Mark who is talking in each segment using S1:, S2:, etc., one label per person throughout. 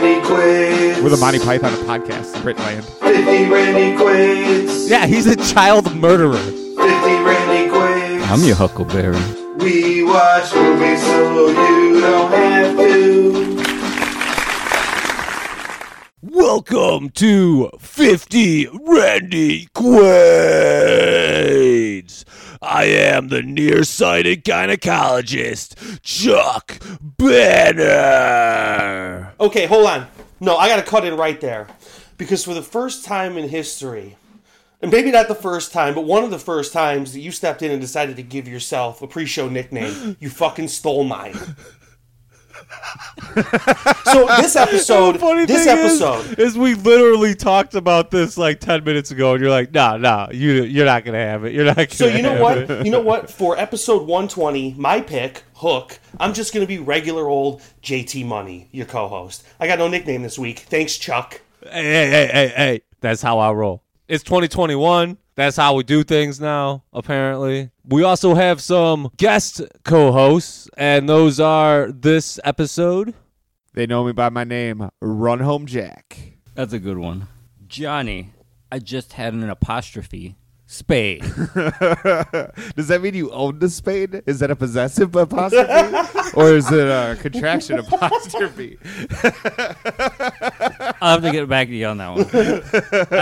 S1: quits.
S2: We're the Monty Python of podcasts, Britland.
S1: 50 Randy quits.
S2: Yeah, he's a child murderer.
S1: 50 Randy quits.
S3: I'm your Huckleberry.
S1: We watch movies so you don't have to.
S2: Welcome to 50 Randy Quaid. I am the nearsighted gynecologist, Chuck Banner.
S4: Okay, hold on. No, I gotta cut in right there. Because for the first time in history, and maybe not the first time, but one of the first times that you stepped in and decided to give yourself a pre show nickname, you fucking stole mine. so this episode,
S2: Funny
S4: this
S2: thing is-
S4: episode,
S2: is, we literally talked about this like ten minutes ago, and you're like, "No, no, you you're not gonna have it. You're not." Gonna
S4: So you know
S2: have it."
S4: what? You know what? For episode 120, my pick, Hook, I'm just going to be regular old JT Money, your co-host. I got no nickname this week. Thanks, Chuck.
S2: Hey, hey, hey, hey, hey. That's how I roll. It's 2021. That's how we do things now, apparently. We also have some guest co hosts, and those are this episode. They know me by my name, Run Home Jack.
S3: That's a good one. Johnny, I just had an apostrophe. Spade.
S5: Does that mean you own the spade? Is that a possessive apostrophe? or is it a contraction apostrophe?
S3: I'll have to get back to you on that one. I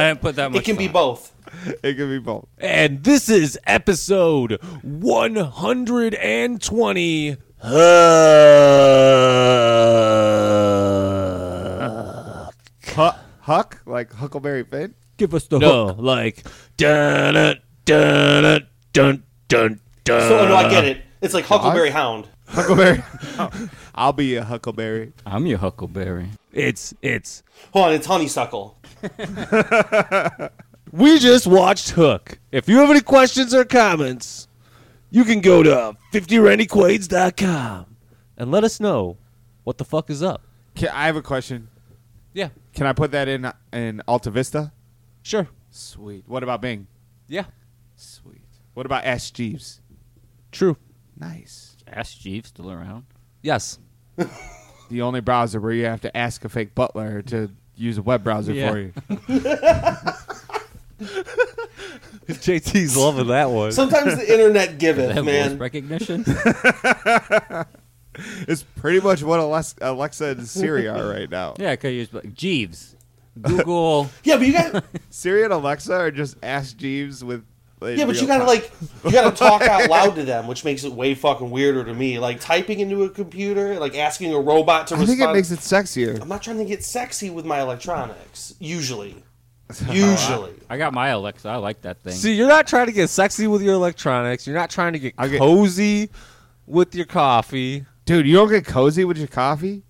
S3: didn't put that much.
S4: It can be
S3: thought.
S4: both.
S5: It could be both.
S2: And this is episode 120.
S5: Huck, Huck? Like Huckleberry Finn?
S3: Give us the
S2: No, like. Dun, dun, dun, dun, dun.
S4: So no, I
S5: Uh,
S4: get it. It's like Huckleberry Hound.
S5: Huckleberry. I'll be a Huckleberry.
S3: I'm your Huckleberry.
S2: It's, it's.
S4: Hold on, it's Honeysuckle.
S2: We just watched Hook. If you have any questions or comments, you can go to 50randyquades.com and let us know what the fuck is up.
S5: Can, I have a question.
S2: Yeah,
S5: Can I put that in in Alta Vista?
S2: sure.
S5: Sweet. What about Bing?
S2: Yeah,
S5: Sweet. What about Ash Jeeves?
S2: true.
S5: Nice.
S3: Ask Jeeves still around.
S2: Yes.
S5: The only browser where you have to ask a fake butler to use a web browser
S3: Yeah.
S5: for you.
S2: JT's loving that one.
S4: Sometimes the internet giveth,
S3: That voice
S4: man.
S3: recognition.
S5: It's pretty much what Alex- Alexa and Siri are right now.
S3: yeah, I could use like, Jeeves. Google.
S4: Yeah, but you got
S5: Siri and Alexa are just Ask Jeeves with. like,
S4: yeah, but
S5: real
S4: you gotta
S5: time.
S4: like you gotta talk out loud to them, which makes it way fucking weirder to me. Like typing into a computer, like asking a robot to
S5: I think
S4: respond.
S5: it makes it sexier.
S4: I'm not trying to get sexy with my electronics. Usually. Usually.
S3: I got my Alexa. I like that thing.
S2: See, you're not trying to get sexy with your electronics. You're not trying to get
S5: I'll get-
S2: cozy with your coffee.
S5: Dude, you don't get cozy with your coffee?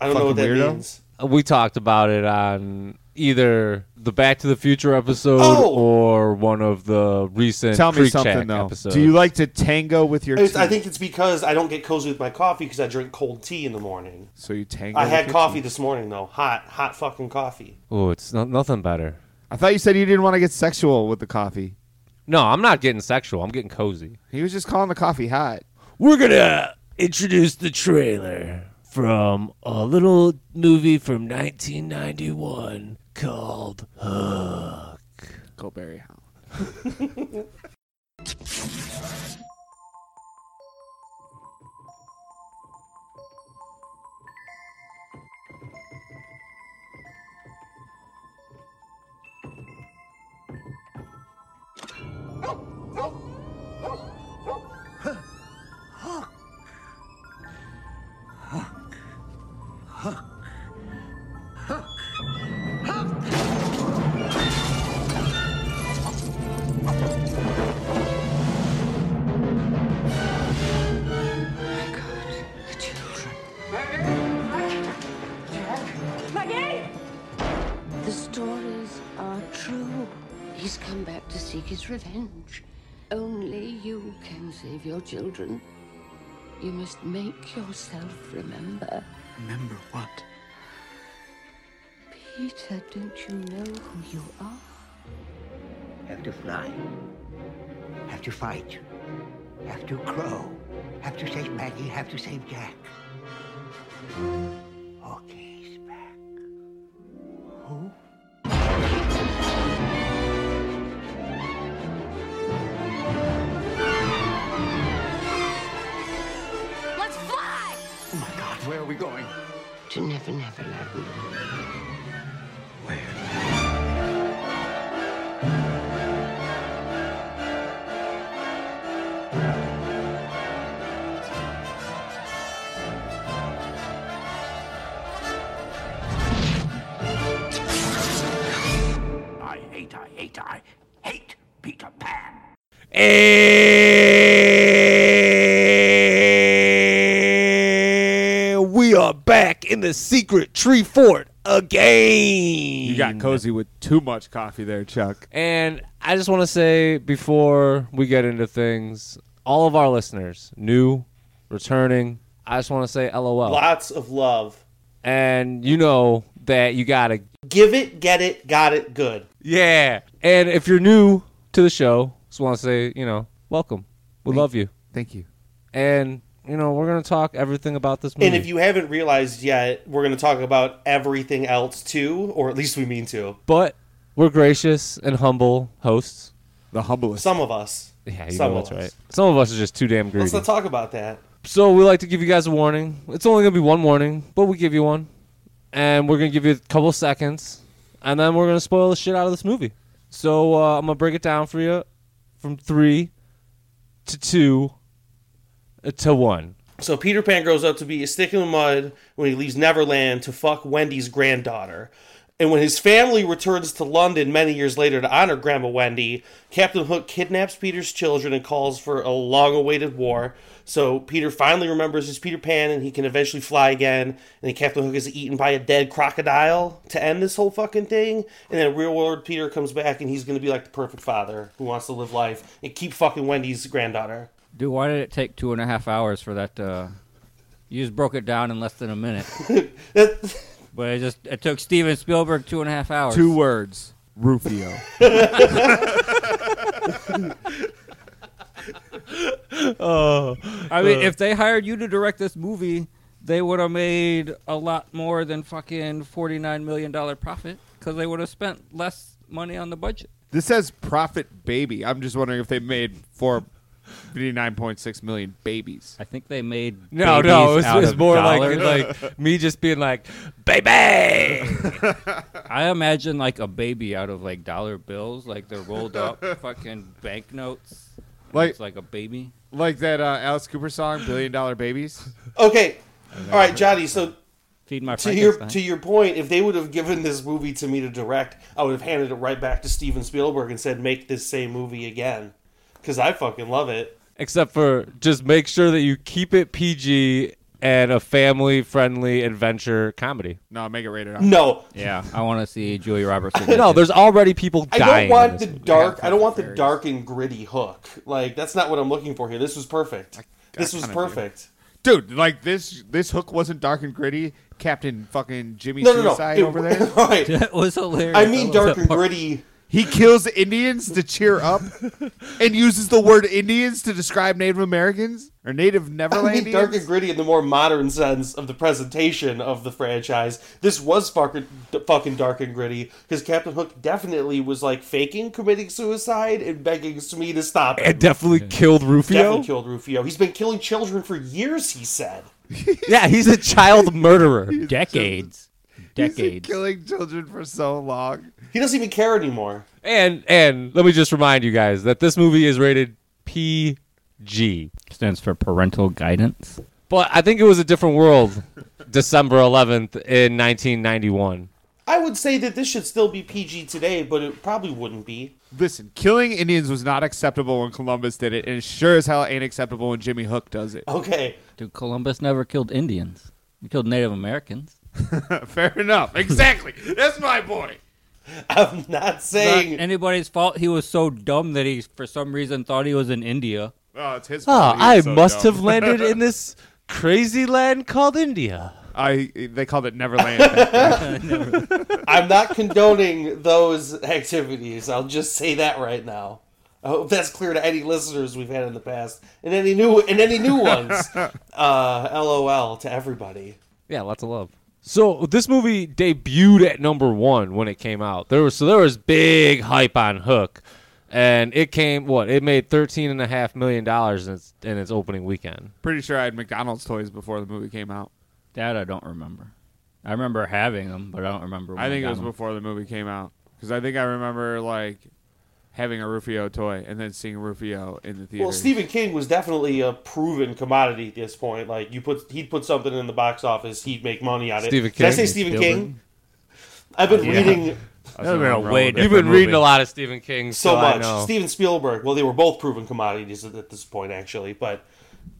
S4: I don't know what that
S5: Fucking weirdo.
S4: means.
S2: Uh, We talked about it on either the Back to the Future episode
S4: Oh!
S2: or one of the recent
S5: Tell me
S2: Creek
S5: something
S2: Shack
S5: though.
S2: episodes.
S5: Do you like to tango with your?
S4: It's-
S5: tea?
S4: I think it's because I don't get cozy with my coffee because I drink cold tea in the morning.
S5: so. You tango.
S4: I
S5: with
S4: had
S5: your
S4: coffee
S5: tea?
S4: this morning though. Hot, hot fucking coffee.
S2: Oh, it's not, nothing better.
S5: I thought you said you didn't want to get sexual with the coffee.
S2: No, I'm not getting sexual. I'm getting cozy.
S5: He was just calling the coffee hot.
S2: We're going to introduce the trailer from a little movie from 1991 called Hook.
S5: Goldberry Hound.
S6: The stories are true. He's come back to seek his revenge. Only you can save your children. You must make yourself remember.
S7: Remember what?
S6: Peter, don't you know who you are?
S7: Have to fly. Have to fight. Have to crow. Have to save Maggie. Have to save Jack. Hook is back. Oh
S8: Where are we going?
S7: to Never Never Land.
S8: I hate, I hate, I hate Peter Pan.
S2: And we are back in the secret tree fort again.
S5: You got cozy with too much coffee there, Chuck.
S2: And I just want to say before we get into things, all of our listeners, new, returning, I just want to say
S3: Oh.
S2: LOL.
S4: Lots of love.
S2: And you know that you got to
S4: Give it, get it, got it, good.
S2: Yeah. And if you're new to the show, just want to say, you know, welcome. We love you.
S5: Thank you.
S2: And you know, we're going to talk everything about this movie.
S4: And if you haven't realized yet, we're going to talk about everything else too, or at least we mean to.
S2: but we're gracious and humble hosts.
S5: The humblest.
S4: Some of us.
S2: Yeah, you
S4: Some
S2: know
S4: of
S2: that's
S4: us.
S2: right. Some of us are just too damn greedy.
S4: Let's not talk about that.
S2: So we like to give you guys a warning. It's only gonna be one warning, but we give you one, and we're gonna give you a couple seconds, and then we're gonna spoil the shit out of this movie. So uh, I'm gonna break it down for you, from three to two uh, to one.
S4: So Peter Pan grows up to be a stick in the mud when he leaves Neverland to fuck Wendy's granddaughter. And when his family returns to London many years later to honor Grandma Wendy, Captain Hook kidnaps Peter's children and calls for a long awaited war. So Peter finally remembers his Peter Pan and he can eventually fly again. And then Captain Hook is eaten by a dead crocodile to end this whole fucking thing. And then real world Peter comes back and he's going to be like the perfect father who wants to live life and keep fucking Wendy's granddaughter.
S3: Dude, why did it take two and a half hours for that? Uh, you just broke it down in less than a minute.
S4: That-
S3: but it just it took Steven Spielberg two and a half hours.
S5: Two words. Rufio.
S3: I
S4: Uh.
S3: mean, if they hired you to direct this movie, they would have made a lot more than fucking forty nine million dollar profit because they would have spent less money on the budget.
S5: this says profit baby. I'm just wondering if they made four fifty nine point six million babies.
S3: I think they made
S2: No,
S3: babies
S2: no, it's,
S3: out
S2: it's
S3: of
S2: more
S3: dollars.
S2: like like me just being like, baby.
S3: I imagine like a baby out of like dollar bills, like they're rolled up fucking banknotes.
S5: Like-
S3: it's like a baby.
S5: Like that uh, Alice Cooper song, Billion Dollar Babies.
S4: okay. All right, Johnny. So
S3: Feed my
S4: to your
S3: Frankenstein.
S4: to your point, if they would have given this movie to me to direct, I would have handed it right back to Steven Spielberg and said, "Make this same movie again," because I fucking love it.
S2: Except for just make sure that you keep it PG and a family friendly adventure comedy.
S5: No, make it rated R.
S4: No,
S3: Yeah, I want to see Julie Roberts. in
S2: No,
S3: this.
S2: there's already people
S4: I
S2: dying.
S4: don't
S2: in
S4: want
S2: this
S4: the
S2: movie.
S4: dark. I don't want the dark and gritty hook. Like that's not what I'm looking for here. This was perfect. this was
S5: kinda do.
S4: perfect.
S5: Dude, like this this hook wasn't dark and gritty. Captain fucking Jimmy
S4: No, no, no.
S5: Suicide
S4: It-
S5: over there.
S4: right.
S3: That was hilarious.
S4: I mean, dark and
S3: That part-
S4: gritty.
S5: He kills Indians to cheer up and uses the word Indians to describe Native Americans or Native
S4: I
S5: Neverlandians.
S4: mean, dark and gritty in the more modern sense of the presentation of the franchise. This was fucking, fucking dark and gritty because Captain Hook definitely was like faking committing suicide and begging Smee to stop it.
S2: It definitely killed Rufio.
S4: Definitely killed Rufio. He's been killing children for years. He said.
S2: Yeah, he's a child murderer.
S3: decades,
S5: He's been
S3: decades.
S5: killing children for so long.
S4: He doesn't even care anymore.
S2: And and let me just remind you guys that this movie is rated PG.
S3: Stands for parental guidance.
S2: But I think it was a different world December 11th in 1991.
S4: I would say that this should still be PG today, but it probably wouldn't be.
S5: Listen, killing Indians was not acceptable when Columbus did it, and it sure as hell ain't acceptable when Jimmy Hook does
S4: Oh.
S5: it.
S4: Okay.
S3: Dude, Columbus never killed Indians. He killed Native Americans.
S5: Fair enough. Exactly. That's my point.
S4: I'm not
S3: Not
S4: saying.
S3: anybody's fault. He was so dumb that he, for some reason, thought he was in India.
S5: Oh, it's his
S2: Oh,
S4: Ah,
S5: fault. He
S2: I
S5: was so
S2: must
S5: dumb.
S2: have landed in this crazy land called India.
S5: I they called it Neverland. back then.
S4: I'm not condoning those activities. I'll just say that right now. I hope that's clear to any listeners we've had in the past, and any new and any new ones. Uh, LOL to everybody.
S2: Yeah, lots of love. So this movie debuted at number one when it came out. There was so there was big hype on Hook, and it came what it made thirteen and a half million dollars in its in its opening weekend.
S5: Pretty sure I had McDonald's toys before the movie came out.
S3: That I don't remember. I remember having them, but I don't remember. When
S9: I think it
S3: got
S9: was
S3: them.
S9: before the movie came out because I think I remember like having a Rufio toy and then seeing Rufio in the theater.
S4: Well, Stephen King was definitely a proven commodity at this point. Like you put, he'd put something in the box office, he'd make money on it.
S2: Stephen
S4: Did I say
S2: King,
S4: Stephen
S2: Spielberg. Uh,
S4: King? I've been reading
S9: That's what
S3: would've been a
S9: I'm rolling
S3: way
S9: with.
S3: different-
S2: You've been
S3: movie.
S2: reading a lot of Stephen King,
S4: so
S2: I
S4: much.
S2: know.
S4: Steven Spielberg. Well, they were both proven commodities at at this point, actually. But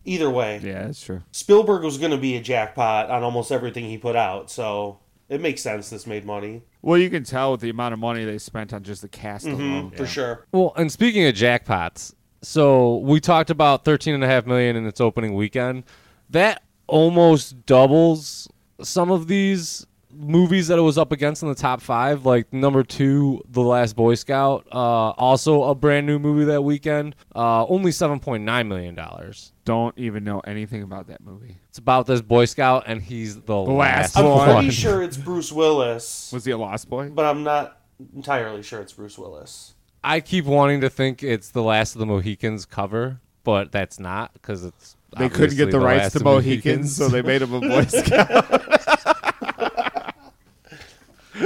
S4: either way,
S9: Yeah, that's true.
S4: Spielberg was going to be a jackpot on almost everything he put out. So it makes sense this made money
S9: Well, you can tell with the amount of money they spent on just the cast alone.
S4: Mm-hmm, for sure.
S2: Well, and speaking of jackpots, so we talked about thirteen and a half million in its opening weekend. That almost doubles some of these movies that it was up against in the top five, like number two, The Last Boy Scout, uh, also a brand new movie that weekend, uh, only seven point nine million dollars.
S9: Don't even know anything about that movie.
S2: It's about this Boy Scout, and he's the last,
S9: last
S4: I'm
S2: one.
S4: pretty sure it's Bruce Willis,
S9: Was he a Lost Boy?
S4: but I'm not entirely sure it's Bruce Willis.
S2: I keep wanting to think it's the Last of the Mohicans cover, but that's not because it's.
S5: They couldn't
S2: obviously
S5: get the, rights
S2: Last
S5: to
S2: of
S5: Mohicans, so they made him a Boy Scout.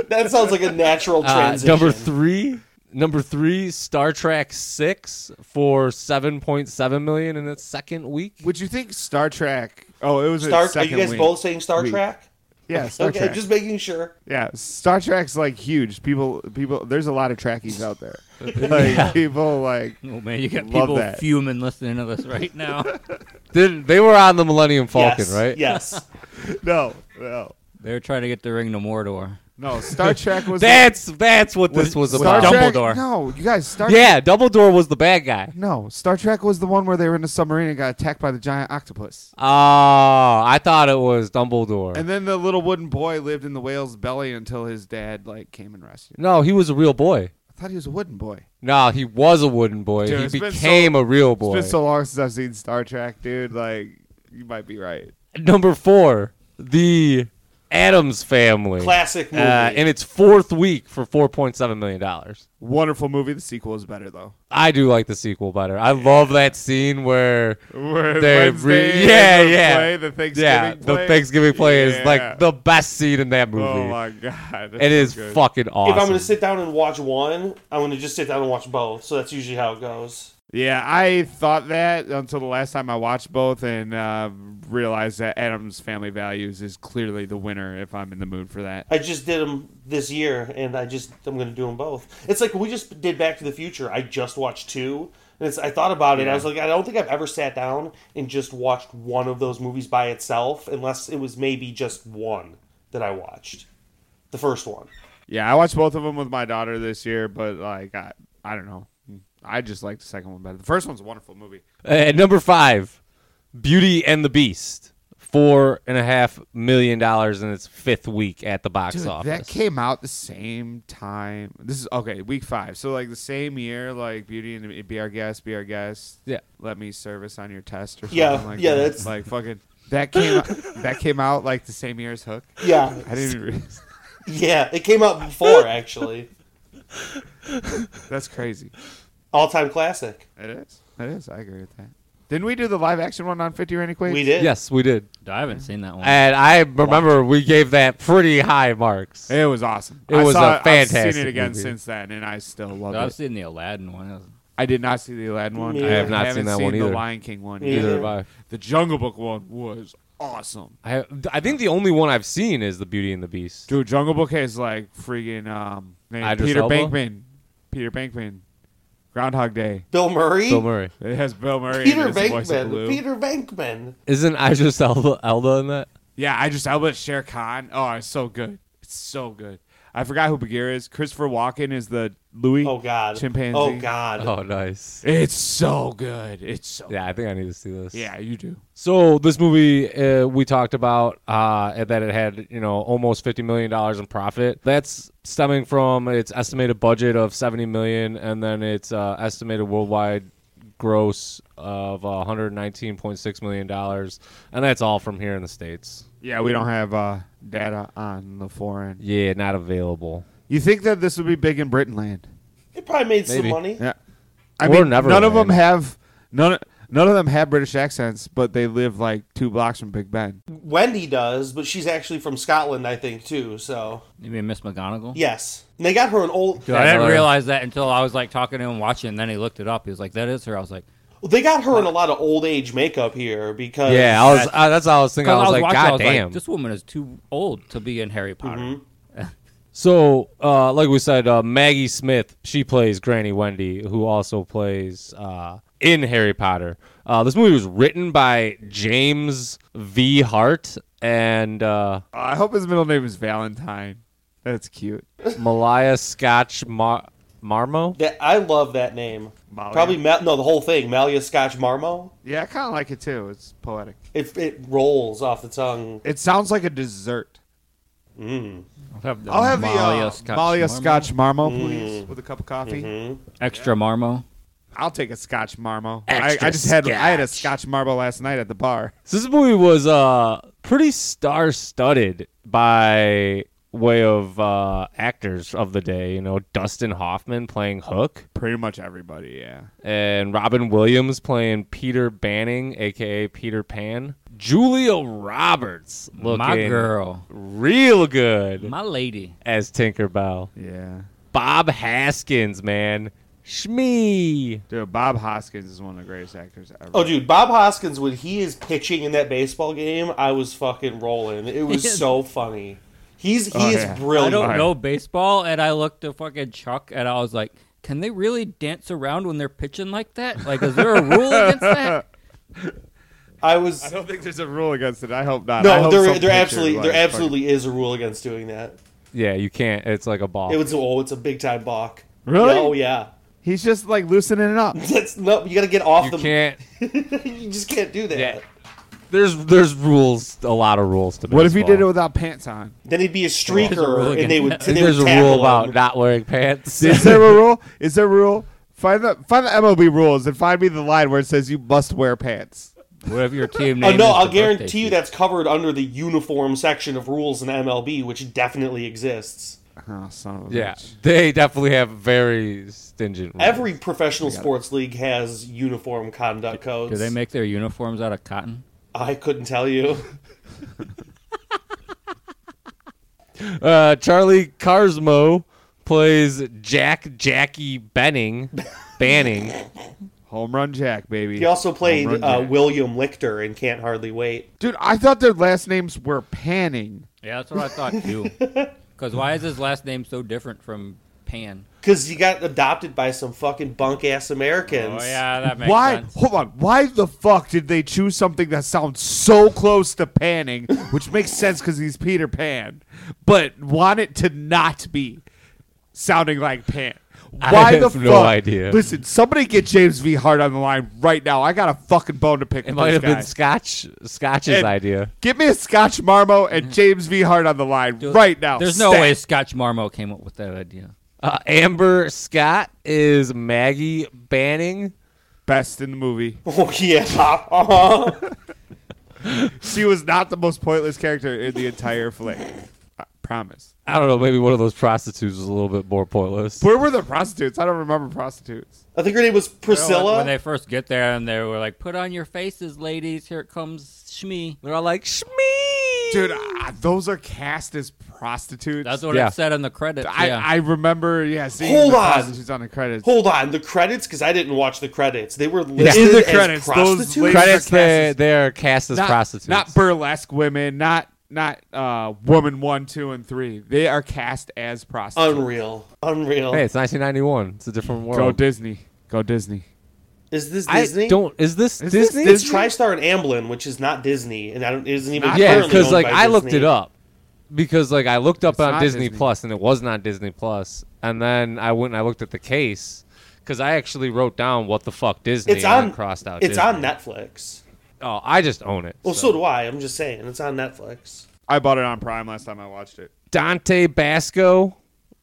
S4: That sounds like a natural
S2: Uh,
S4: transition.
S2: number three, number three, Star Trek Six for seven point seven million in its second week.
S5: Would you think Star Trek? Oh, it was
S4: Star,
S5: its
S4: are
S5: second
S4: you guys
S5: week.
S4: both saying Star
S5: week.
S4: Trek?
S5: Yeah, Star
S4: okay,
S5: Trek.
S4: just making sure.
S5: Yeah, Star Trek's like huge. People, people. There's a lot of trackies out there. Like people, like
S3: Oh man, you got
S5: Love
S3: people
S5: that.
S3: fuming listening to this right now.
S2: Did, they were on the Millennium Falcon,
S4: yes,
S2: right?
S4: Yes.
S5: no, no,
S3: They're trying to get the ring to Mordor.
S5: no. Star Trek was
S2: That's that's what this was
S5: Star
S2: about.
S5: Trek-
S3: Dumbledore.
S5: No, you guys, Star.
S2: Yeah, Dumbledore was the bad guy.
S5: No, Star Trek was the one where they were in a submarine and got attacked by the giant octopus.
S2: Oh, I thought it was Dumbledore.
S5: And then the little wooden boy lived in the whale's belly until his dad like came and rescued. him.
S2: no, he was a real boy.
S5: I thought he was a wooden boy.
S2: No, he was a wooden boy.
S5: Dude, it's
S2: he
S5: been so-
S2: became a real
S5: It's
S2: boy.
S5: been so long since I've seen Star Trek, dude. Like, you might be right.
S2: Number four, the Adams Family.
S4: Classic movie.
S2: Uh, in its fourth week for four point seven million dollars.
S5: Wonderful movie. The sequel is better though.
S2: I do like the sequel better. I love that scene where
S5: Where
S2: They
S5: Wednesday
S2: re-
S5: is
S2: yeah,
S5: the
S2: yeah.
S5: play, the Thanksgiving
S2: yeah,
S5: play.
S2: the Thanksgiving play is
S5: Yeah.
S2: like the best scene in that movie.
S5: Oh my god,
S2: it is fucking awesome.
S4: If I'm going to sit down and watch one, I'm going to just sit down and watch both. So that's usually how it goes.
S5: Yeah, I thought that until the last time I watched both and uh, realized that Adam's Family Values is clearly the winner. If I'm in the mood for that,
S4: I just did them this year, and I just I'm going to do them both. It's like we just did Back to the Future. I just watched two, and it's, I thought about it. I was like, I don't think I've ever sat down and just watched one of those movies by itself, unless it was maybe just one that I watched, the first one.
S5: yeah, I watched both of them with my daughter this year, but like, I, I don't know. I just like the second one better. The first one's a wonderful movie.
S2: At number five, Beauty and the Beast, four and a half million dollars in its fifth week at the box
S5: Dude,
S2: office.
S5: that came out the same time. This is okay, week five. So like the same year, like Beauty and the- Be Our Guest, Be Our Guest.
S2: Yeah.
S5: Let me service on your test or something
S4: Yeah,
S5: like
S4: yeah,
S5: that.
S4: that's-
S5: like fucking. That came out, that came out like the same year as Hook.
S4: Yeah,
S5: I didn't. Even realize.
S4: yeah, it came out before actually.
S5: That's crazy.
S4: All time classic.
S5: It is. It is. I agree with that. Didn't we do the live action one on Fifty Randy Quaid?
S4: We did.
S2: yes, we did,
S3: I haven't seen that one.
S2: and I remember we gave that pretty high marks.
S5: It was awesome.
S2: It
S5: I
S2: was
S5: saw
S2: a
S5: I've seen
S2: fantastic
S5: it again
S2: movie.
S5: since then, and I still love
S3: I've
S5: it.
S3: seen the Aladdin one. That was-
S5: I did not see the Aladdin one.
S4: I have
S2: not
S5: haven't
S2: seen that one either.
S5: The Lion King one.
S4: Neither
S5: either.
S2: Neither have I.
S5: The Jungle Book one was awesome.
S2: I, I think the only one I've seen is the Beauty and the Beast.
S5: Dude, Jungle Book has like freaking um name-
S2: Idris
S5: Peter
S2: Elba?
S5: Bankman. Peter Bankman. Groundhog Day.
S4: Bill Murray.
S2: Bill Murray
S5: It has Bill Murray.
S4: Peter
S5: and it's the voice of Baloo.
S4: Bankman. Peter Bankman.
S2: isn't Idris Elba, Elba in that?
S5: Yeah, I just Elba Shere Khan. Oh, it's so good. It's so good. I forgot who Bagheera is. Christopher Walken is the Louis.
S4: Oh God.
S5: Chimpanzee.
S4: Oh God.
S2: Oh, nice.
S5: It's so good. It's so
S2: Yeah, I think I need to see this.
S5: Yeah, you do.
S2: So this movie uh, we talked about uh, that it had you know almost fifty million dollars in profit. That's stemming from its estimated budget of seventy million, and then its uh, estimated worldwide gross of one hundred nineteen point six million dollars, and that's all from here in the states.
S5: Yeah, we don't have uh, data on the foreign.
S2: Yeah, not available.
S5: You think that this would be big in Britain land?
S4: It probably made some
S2: Maybe.
S4: money.
S5: Yeah. I
S2: Or
S5: mean, none of them
S2: Neverland.
S5: have none. None of them have British accents, but they live like two blocks from Big Ben.
S4: Wendy does, but she's actually from Scotland, I think, too. So
S3: You mean Miss McGonagall?
S4: yes, and they got her an old.
S3: I didn't
S2: Right.
S3: realize that until I was like talking to him, watching, and then he looked it up. He was like, "That is her." I was like,
S4: They got her in a lot of old age makeup here because
S2: Yeah, I was. I, that's how I was thinking. I
S3: Because
S2: was, like,
S3: watching,
S2: God
S3: I was like,
S2: damn.
S3: this woman is too old to be in Harry Potter.
S2: so, uh, like we said, uh, Maggie Smith, she plays Granny Wendy, who also plays uh, in Harry Potter. Uh, this movie was written by James V. Hart and uh,
S5: I hope his middle name is Valentine. That's cute.
S2: Malia Scotch Mar- Marmo.
S4: That, I love that name. Probably Mal- no, the whole thing. Malia Scotch Marmo.
S5: Yeah, I kind of like it too. It's poetic.
S4: It it rolls off the tongue.
S5: It sounds like a dessert.
S3: I'll have the
S5: I'll have the
S3: Malia
S5: uh,
S3: Scotch
S5: Malia
S3: Marmo.
S5: Scotch Marmo,
S4: Mm.
S5: please, with a cup of coffee.
S4: Mm-hmm.
S3: extra Marmo.
S5: I'll take a Scotch Marmo. I, I just had I had a Scotch Marmo last night at the bar.
S2: So this movie was uh pretty star studded by way of uh actors of the day, you know, Dustin Hoffman playing Hook
S5: Pretty much everybody, yeah.
S2: and Robin Williams playing Peter Banning, aka Peter Pan. Julia Roberts looking
S3: My girl,
S2: real good
S3: my lady.
S2: as Tinkerbell.
S5: Yeah.
S2: Bob Haskins, man. Shmee.
S5: Dude, Bob Hoskins is one of the greatest actors ever.
S4: Oh, dude, Bob Hoskins when he is pitching in that baseball game, I was fucking rolling. It was so funny. He's he
S5: Oh,
S4: is
S5: yeah.
S4: brilliant.
S3: I don't
S5: Right.
S3: know baseball, and I looked at fucking Chuck, and I was like, "Can they really dance around when they're pitching like that? Like, is there a rule against that?"
S4: I was
S5: I don't think there's a rule against it. I hope not. I
S4: no,
S5: hope
S4: there
S5: some
S4: there
S5: pitcher,
S4: absolutely
S5: like,
S4: there
S5: fucking-
S4: absolutely is a rule against doing that.
S2: Yeah, you can't. It's like a ball.
S4: It was oh, it's a big time balk.
S5: Really?
S4: oh yeah.
S5: He's just like loosening it up.
S4: That's no. You got to get off
S2: you
S4: the.
S2: can't.
S4: you just can't do that.
S2: Yeah. There's there's rules, a lot of rules to.
S5: What if he
S2: baseball.
S5: did it without pants on?
S4: Then he'd be a
S3: There's a
S4: streaker,
S3: rule
S4: and they would.
S3: against
S2: I
S4: And
S2: think
S4: they would
S2: there's a
S4: tackle
S2: rule about
S4: him.
S2: not wearing pants.
S5: Is there a rule? Is there a rule? Find the find the MLB rules and find me the line where it says you must wear pants.
S3: What if your team
S5: Uh,
S4: Oh no!
S3: name? is the
S4: I'll
S3: birthday
S4: guarantee you
S3: suit?
S4: that's covered under the uniform section of rules in MLB, which definitely exists.
S5: Oh, son of a
S2: yeah,
S5: bitch.
S2: they definitely have very stringent. Rules.
S4: Every professional sports league has uniform conduct codes.
S3: Do they make their uniforms out of cotton?
S4: I couldn't tell you.
S2: uh, Charlie Carsmo plays Jack Jackie Benning, Banning.
S5: Home run Jack, baby.
S4: He also played
S5: Home run
S4: uh,
S5: Jack.
S4: William Lichter in Can't Hardly Wait.
S5: Dude, I thought their last names were Panning.
S3: Yeah, that's what I thought too. Because why is his last name so different from Pan?
S4: Because he got adopted by some fucking bunk ass Americans.
S3: Oh yeah, that makes
S5: Why?
S3: sense.
S5: Hold on. Why the fuck did they choose something that sounds so close to panning, which makes sense because he's Peter Pan, but want it to not be sounding like Pan?
S2: I
S5: Why the
S2: have
S5: fuck?
S2: no idea.
S5: Listen, somebody get James V. Hart on the line right now. I got a fucking bone to pick.
S2: It
S5: with
S2: might
S5: this
S2: have been
S5: guy.
S2: Scotch Scotch's
S5: And-
S2: idea.
S5: Get me a Scotch Marmo and James V. Hart on the line right now.
S3: Mm. There's no
S5: Stat.
S3: way Scotch Marmo came up with that idea.
S2: Uh, Amber Scott is Maggie Banning.
S5: Best in the movie.
S4: Oh yeah. Uh-huh.
S5: She was not the most pointless character in the entire flick. I promise.
S2: I don't know. Maybe one of those prostitutes was a little bit more pointless.
S5: Where were the prostitutes? I don't remember prostitutes.
S4: I think her name was Priscilla.
S3: When they first get there and they were like, "Put on your faces, ladies. Here it comes Shmi."
S2: They're all like Shmee.
S5: Dude, ah, those are cast as prostitutes.
S3: That's what
S2: Yeah.
S3: it said in the credits.
S5: I,
S3: yeah.
S5: I remember, yeah, seeing
S4: Hold
S5: the
S4: on.
S5: prostitutes on the credits.
S4: Hold on, the credits because I didn't watch the credits. They were listed
S5: In the
S4: as
S5: credits, those
S4: prostitutes.
S5: ladies-
S2: credits.
S5: They're cast
S2: They
S5: as-
S2: they're cast as
S5: not,
S2: prostitutes.
S5: Not burlesque women, not not uh, woman one, two, and three. They are cast as prostitutes.
S4: Unreal, unreal.
S2: Hey, it's 1991. It's a different world.
S5: Go Disney. Go Disney.
S4: is this
S2: I
S4: Disney?
S2: don't. Is this
S5: Is this
S2: Disney?
S5: Disney?
S4: It's TriStar and Amblin, which is not Disney, and I don't, it isn't even.
S5: Not
S2: yeah,
S4: currently
S2: because
S4: owned
S2: like
S4: by
S2: I looked
S4: Disney.
S2: it up because like I looked up
S5: It's
S2: on
S5: not
S2: Disney,
S5: Disney.
S2: Plus and it was not Disney Plus, and then I went and I looked at the case because I actually wrote down what the fuck Disney.
S4: It's
S2: and I
S4: on.
S2: crossed out.
S4: It's
S2: Disney.
S4: on Netflix.
S2: Oh, I just own it.
S4: Well,
S2: so.
S4: so. do I. I'm just saying, it's on Netflix.
S5: I bought it on Prime last time I watched it.
S2: Dante Basco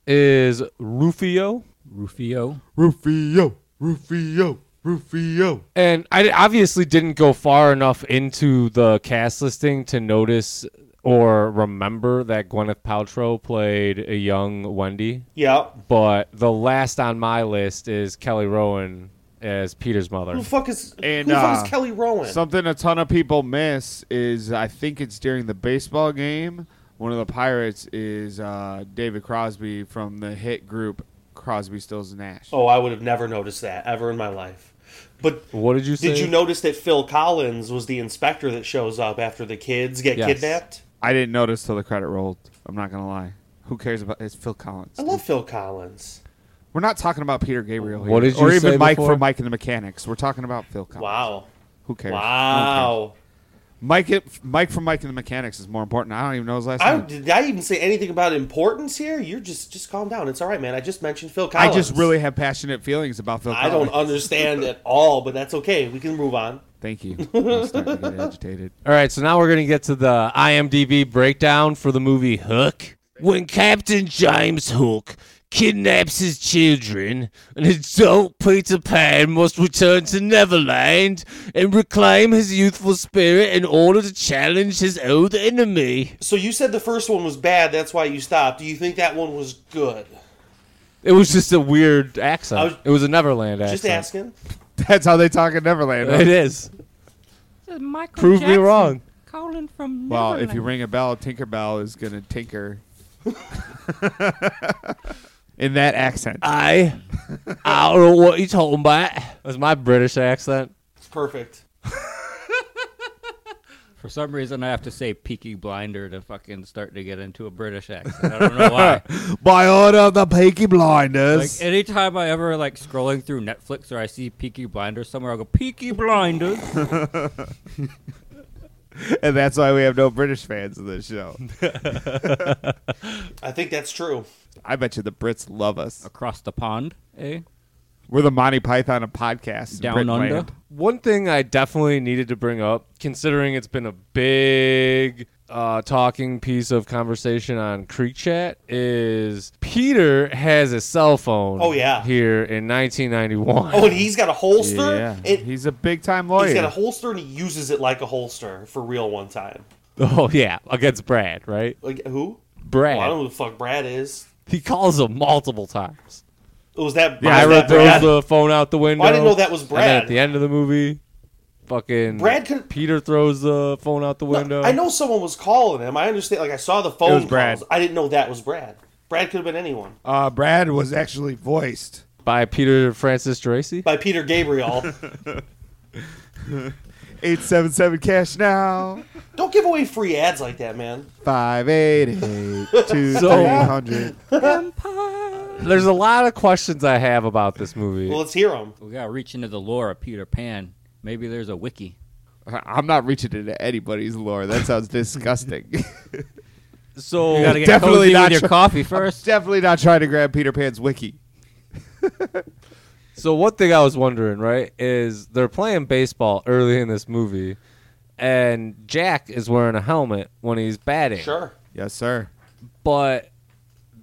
S2: is Rufio,
S3: Rufio.
S5: Rufio, Rufio, Rufio.
S2: and I obviously didn't go far enough into the cast listing to notice or remember that Gwyneth Paltrow played a young Wendy.
S4: Yep.
S2: but the last on my list is Kelly Rowan as Peter's mother.
S4: Who the fuck is
S5: And,
S4: who the fuck
S5: uh,
S4: is Kelly Rowan?
S5: Something a ton of people miss is I think it's during the baseball game. One of the pirates is uh, David Crosby from the hit group Crosby, Stills, and Nash.
S4: oh, I would have never noticed that ever in my life. But
S2: What did you say?
S4: did you notice that Phil Collins was the inspector that shows up after the kids get
S2: Yes.
S4: kidnapped?
S5: I didn't notice till the credit rolled. I'm not gonna lie. Who cares about it's Phil Collins?
S4: I love Phil Collins.
S5: We're not talking about Peter Gabriel here,
S2: What did
S5: or
S2: you
S5: even
S2: say
S5: Mike
S2: before?
S5: from Mike and the Mechanics. We're talking about Phil Collins.
S4: Wow.
S5: Who cares? Who cares?
S4: Wow.
S5: Mike Mike from Mike and the Mechanics is more important. I don't even know his last
S4: I
S5: name.
S4: did I even say anything about importance here? You're just just calm down. It's all right, man. I just mentioned Phil
S5: I
S4: Collins.
S5: just really have passionate feelings about Phil.
S4: I
S5: Collins.
S4: don't understand at all, but that's okay. We can move on.
S5: Thank you. I'm starting to get agitated.
S2: All right, so now we're going to get to the IMDb breakdown for the movie Hook. When Captain James Hook kidnaps his children, an adult Peter Pan must return to Neverland and reclaim his youthful spirit in order to challenge his old enemy.
S4: So you said the first one was bad. That's why you stopped. Do you think that one was good?
S2: It was just a weird accent.
S4: I was-
S2: it was a Neverland accent.
S4: Just asking.
S5: That's how they talk in Neverland.
S2: It is.
S10: This is Michael
S2: Prove me
S10: Jackson
S2: wrong.
S10: Calling from
S5: Well, if you
S10: Neverland.
S5: ring a bell, Tinkerbell is gonna tinker. in that accent.
S2: I, I don't know what you're talking about. That's my British accent.
S4: It's perfect.
S10: For some reason, I have to say Peaky Blinder to fucking start to get into a British accent. I don't know why.
S5: By order of the Peaky
S10: like
S5: Blinders.
S10: anytime I ever like scrolling through Netflix or I see Peaky Blinders somewhere, I go Peaky Blinders.
S5: and that's why we have no British fans of this show.
S4: I think that's true.
S5: I bet you the Brits love us.
S10: across the pond, eh?
S5: We're the Monty Python of podcasts. in
S10: Down
S5: Brit
S10: under.
S5: land.
S2: One thing I definitely needed to bring up, considering it's been a big uh, talking piece of conversation on Creek Chat, is Peter has a cell phone.
S4: Oh, yeah.
S2: here in 1991.
S4: Oh, and he's got a holster.
S5: Yeah.
S4: It-
S5: He's a big time lawyer.
S4: he's got a holster and he uses it like a holster for real one time.
S2: Oh, yeah, against Brad, right?
S4: Like who?
S2: Brad.
S4: Well, Oh, I don't know who the fuck Brad is.
S2: he calls him multiple times.
S4: Was that?
S5: Yeah, I
S4: was
S2: Ira
S4: that
S2: throws
S4: Brad?
S2: the phone out the window.
S4: Well, I didn't know that was
S2: And then
S4: Brad.
S2: at the end of the movie, fucking
S4: Brad could-
S2: Peter throws the phone out the window.
S4: I know someone was calling him. I understand. Like I saw the phone
S5: was Brad.
S4: calls. I didn't know that was Brad. Brad could have been anyone.
S5: uh, Brad was actually voiced.
S2: by Peter Francis Tracy.
S4: By Peter Gabriel.
S5: 877 cash now.
S4: Don't give away free ads like that, man.
S5: 588 2300.
S2: There's a lot of questions I have about this movie.
S4: Well, let's hear them.
S10: We gotta reach into the lore of Peter Pan. Maybe there's a wiki.
S5: I'm not reaching into anybody's lore. That sounds disgusting.
S2: so
S10: You gotta get
S5: Definitely
S10: cozy
S5: not
S10: with your
S5: tr-
S10: coffee first.
S5: Definitely not trying to grab Peter Pan's wiki.
S2: So one thing I was wondering, right, is they're playing baseball early in this movie, and Jack is wearing a helmet when he's batting.
S4: Sure.
S5: Yes, sir.
S2: But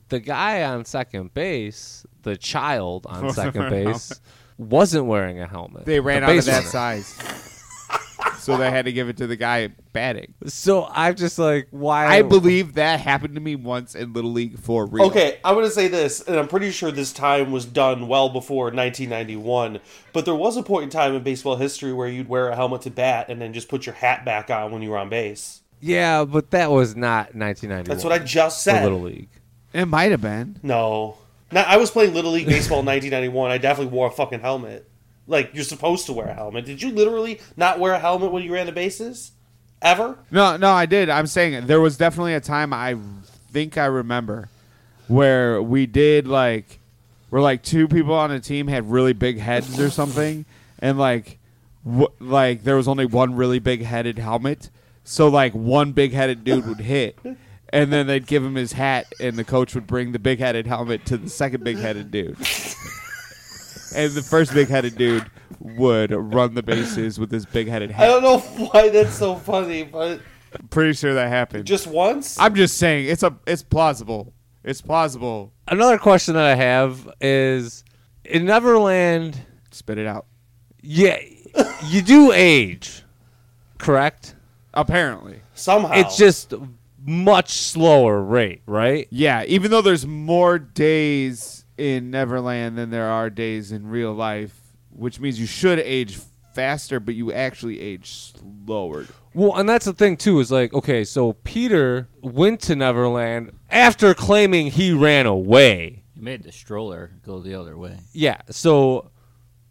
S2: the guy on second base, the child on second base, wasn't wearing a helmet.
S5: They ran
S2: The
S5: out of
S2: base
S5: that
S2: runner.
S5: size. So they had to give it to the guy batting.
S2: So I'm just like, why?
S5: I believe that happened to me once in Little League for real.
S4: Okay, I'm going to say this, and I'm pretty sure this time was done well before 1991, but there was a point in time in baseball history where you'd wear a helmet to bat and then just put your hat back on when you were on base.
S2: Yeah, but that was not 1991.
S4: That's what I just
S2: for
S4: said.
S2: Little League.
S5: It might have been.
S4: No. Now, I was playing Little League Baseball in 1991. I definitely wore a fucking helmet. Like, you're supposed to wear a helmet. Did you literally not wear a helmet when you ran the bases? Ever?
S5: No, no, I did. I'm saying there was definitely a time I think I remember where we did like where like two people on a team had really big heads or something, and like w- like there was only one really big headed helmet, so like one big headed dude would hit. And then they'd give him his hat, and the coach would bring the big headed helmet to the second big headed dude. and the first big headed dude would run the bases with his big headed
S4: I
S5: hat.
S4: don't know why that's so funny, but
S5: Pretty sure that happened.
S4: just once?
S5: I'm just saying it's a it's plausible. It's plausible.
S2: Another question that I have is in Neverland.
S5: Spit it out.
S2: Yeah, you do age, correct?
S5: Apparently.
S4: Somehow.
S2: It's just much slower rate, right?
S5: Yeah, even though there's more days in Neverland than there are days in real life which means you should age faster, but you actually age slower.
S2: Well, and that's the thing too is like, okay, so Peter went to Neverland after claiming he ran away.
S3: You made the stroller go the other way.
S2: Yeah. So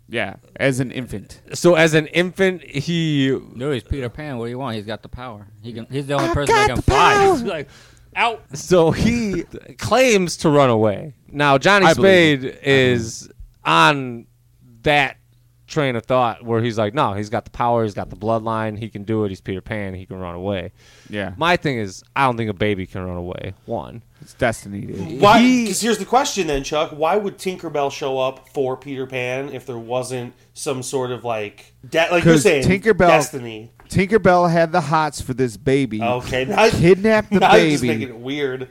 S5: Yeah, as an infant.
S2: so as an infant, he
S3: No, he's Peter Pan. What do you want? He's got the power. He can. He's the only person that can fly. He's like out.
S2: so he claims to run away. Now Johnny Spade is on that train of thought where he's like, no, he's got the power, he's got the bloodline, he can do it. He's Peter Pan, he can run away.
S5: Yeah,
S2: My thing is, I don't think a baby can run away. One.
S5: it's destiny. Dude.
S4: Why?
S2: He-
S4: Because here's the question then, Chuck. Why would Tinkerbell show up for Peter Pan if there wasn't some sort of like, de- like you're
S5: 'Cause
S4: saying,
S5: Tinkerbell-
S4: destiny?
S5: Tinkerbell had the hots for this baby.
S4: Okay, now,
S5: Kidnapped the
S4: now you're just
S5: baby.
S4: making it weird.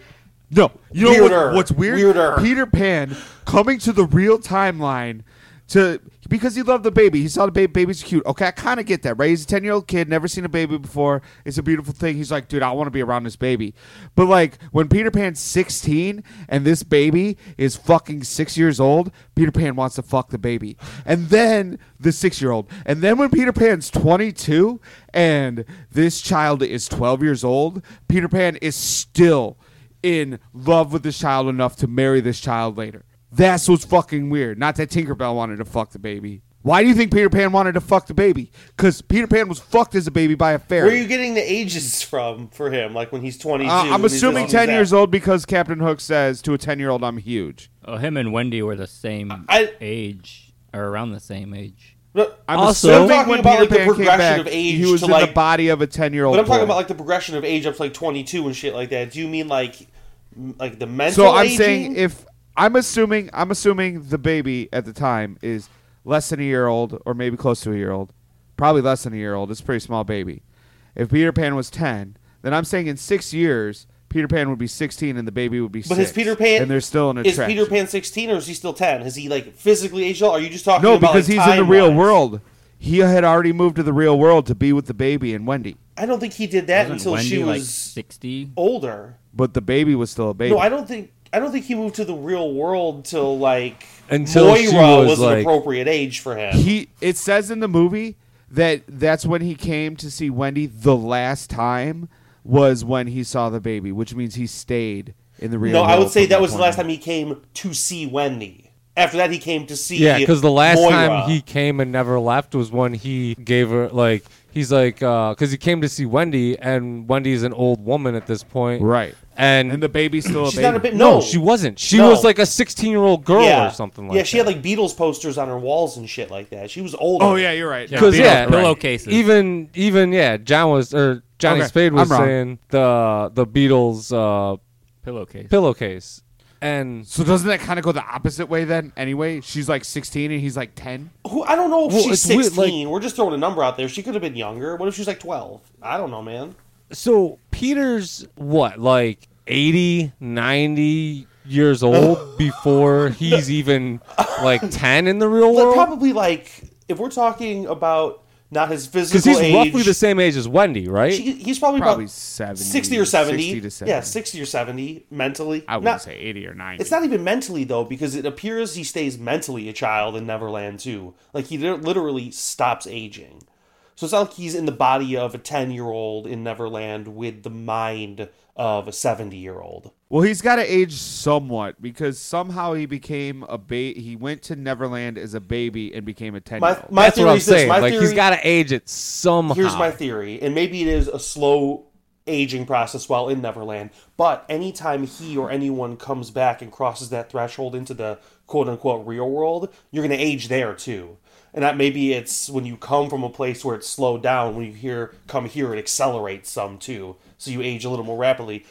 S5: No, you know
S4: Weirder.
S5: what, what's weird?
S4: Weirder.
S5: Peter Pan coming to the real timeline to because he loved the baby. He saw the baby. Baby's cute. Okay, I kind of get that, right? He's a ten year old kid, never seen a baby before. It's a beautiful thing. He's like, dude, I want to be around this baby. But like when Peter Pan's sixteen and this baby is fucking six years old, Peter Pan wants to fuck the baby, and then the six year old, and then when Peter Pan's twenty two and this child is twelve years old, Peter Pan is still in love with this child enough to marry this child later. That's what's fucking weird. Not that Tinkerbell wanted to fuck the baby. Why do you think Peter Pan wanted to fuck the baby? Because Peter Pan was fucked as a baby by a fairy.
S4: Where are you getting the ages from for him? Like when he's 22.
S5: Uh, I'm
S4: and he's
S5: assuming
S4: just-
S5: 10 years old because Captain Hook says to a 10 year old, I'm huge.
S3: Oh, him and Wendy were the same
S4: I-
S3: age or around the same age.
S4: No,
S5: I'm
S2: Also-
S5: assuming
S4: I'm talking
S5: when
S4: about,
S5: Peter
S4: like, the
S5: Pan came
S4: progression
S5: back,
S4: of age
S5: he was
S4: to,
S5: in the
S4: like-
S5: body of a 10 year old.
S4: But I'm talking about like the progression of age up to like 22 and shit like that. Do you mean like m- like the mental?
S5: So I'm
S4: aging?
S5: saying if I'm assuming I'm assuming the baby at the time is less than a year old or maybe close to a year old, probably less than a year old. It's a pretty small baby. If Peter Pan was ten, then I'm saying in six years Peter Pan would be sixteen and the baby would be.
S4: But his Peter Pan
S5: and they're still in a
S4: Is Peter Pan 16 or is he still 10? Is he like physically aged? Are you just talking?
S5: No,
S4: about,
S5: because
S4: like,
S5: he's in the real
S4: time-wise?
S5: world. He had already moved to the real world to be with the baby and Wendy,
S4: I don't think he did that
S3: Wasn't
S4: until
S3: Wendy
S4: she was
S3: like sixty?
S4: older.
S5: but the baby was still a baby.
S4: No, I don't think. I don't think he moved to the real world till like
S2: Until she
S4: Moira
S2: was,
S4: was, an
S2: like-
S4: appropriate age for him.
S5: he it says in the movie that that's when he came to see Wendy the last time was when he saw the baby, which means he stayed in the real.
S4: no, I
S5: world
S4: would say
S5: from
S4: that was the
S5: point
S4: last
S5: on.
S4: time he came to see Wendy. After that, he came to see
S2: Yeah, because the last
S4: Moira.
S2: time he came and never left was when he gave her like he's like because he came to see Wendy and Wendy's an old woman at this point,
S5: Right,
S2: And,
S5: and the baby's still a
S4: She's
S5: baby.
S4: not a bit.
S2: no,
S4: No,
S2: she wasn't. She
S4: No.
S2: was like a sixteen-year-old girl
S4: yeah.
S2: or something like
S4: Yeah, she
S2: that.
S4: had like Beatles posters on her walls and shit like that. She was older.
S5: oh yeah, you're right.
S3: Yeah.
S2: because
S3: Beatles
S2: yeah,
S3: pillowcases.
S2: Even even yeah, John was or Johnny
S5: Okay,
S2: Spade was
S5: I'm wrong.
S2: saying the the Beatles uh,
S3: Pillowcase.
S2: pillowcase, and
S5: So doesn't that kind of go the opposite way then? Anyway, she's like 16 and he's like 10.
S4: Who, I don't know if
S2: Well,
S4: she's
S2: it's weird, like-
S4: 16. We're just throwing a number out there. She could have been younger. What if she's like 12? I don't know, man.
S2: so Peter's what like 80, 90 years old before he's even like 10 in the real
S4: But
S2: world
S4: probably like, if we're talking about not his
S2: because
S4: physical
S2: he's
S4: age.
S2: roughly the same age as Wendy right
S4: she- he's probably,
S5: Probably
S4: about
S5: 70,
S4: 60 or 70.
S5: 60 to 70.
S4: Yeah, 60 or 70 mentally.
S5: I would
S4: Not-
S5: not say 80 or 90.
S4: It's not even mentally though, because it appears he stays mentally a child in Neverland too. Like he lit- literally stops aging. So it's not like he's in the body of a ten-year-old in Neverland with the mind of a seventy-year-old.
S5: Well, he's got to age somewhat because somehow he became a ba- he went to Neverland as a baby and became a 10 year
S4: My
S5: old.
S4: my
S2: that's
S4: theory
S2: what I'm
S4: is this.
S2: saying
S4: My
S2: like
S4: theory,
S2: he's got to age it somehow
S4: here's my theory, and maybe it is a slow aging process while in Neverland. But anytime he or anyone comes back and crosses that threshold into the quote unquote real world, you're going to age there too. And that maybe it's when you come from a place where it's slowed down. When you here come here, it accelerates some too, so you age a little more rapidly.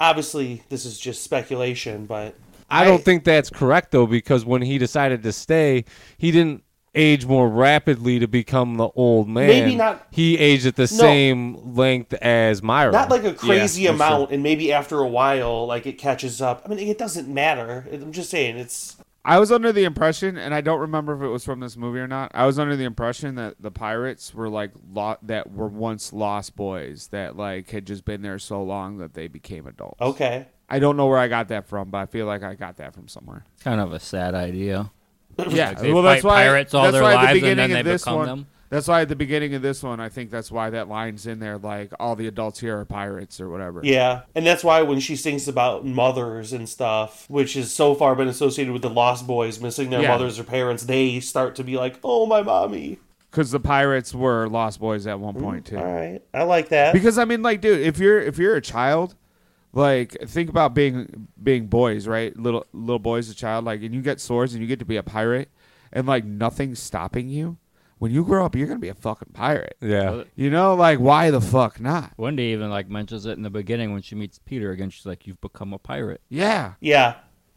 S4: Obviously, this is just speculation, but
S2: I don't think that's correct though, because when he decided to stay, he didn't age more rapidly to become the old man.
S4: Maybe not-
S2: He aged at the same length as Myra.
S4: not like a crazy amount. And maybe after a while, like it catches up. I mean, it doesn't matter. I'm just saying it's
S5: I was under the impression, and I don't remember if it was from this movie or not. I was under the impression that the pirates were like lo- that were once lost boys that like had just been there so long that they became adults.
S4: okay.
S5: I don't know where I got that from, but I feel like I got that from somewhere.
S3: It's kind of a sad idea.
S5: yeah.
S3: Like, they
S5: well, that's
S3: fight
S5: why.
S3: pirates all
S5: that's
S3: their
S5: why at
S3: lives
S5: the
S3: and
S5: beginning
S3: then they
S5: of this
S3: become
S5: one.
S3: them.
S5: That's why at the beginning of this one, I think that's why that line's in there. Like all the adults here are pirates or whatever.
S4: Yeah, and that's why when she sings about mothers and stuff, which has so far been associated with the Lost Boys missing their
S5: Yeah.
S4: mothers or parents, they start to be like, "Oh, my mommy."
S5: Because the pirates were Lost Boys at one point too.
S4: All right, I like that.
S5: Because I mean, like, dude, if you're if you're a child, like, think about being being boys, right? Little little boys, a child, like, and you get swords and you get to be a pirate, and like nothing's stopping you. When you grow up, you're gonna be a fucking pirate.
S2: Yeah.
S5: You know, like, why the fuck not?
S3: Wendy even like mentions it in the beginning when she meets Peter again. She's like, "You've become a pirate."
S5: Yeah,
S4: yeah,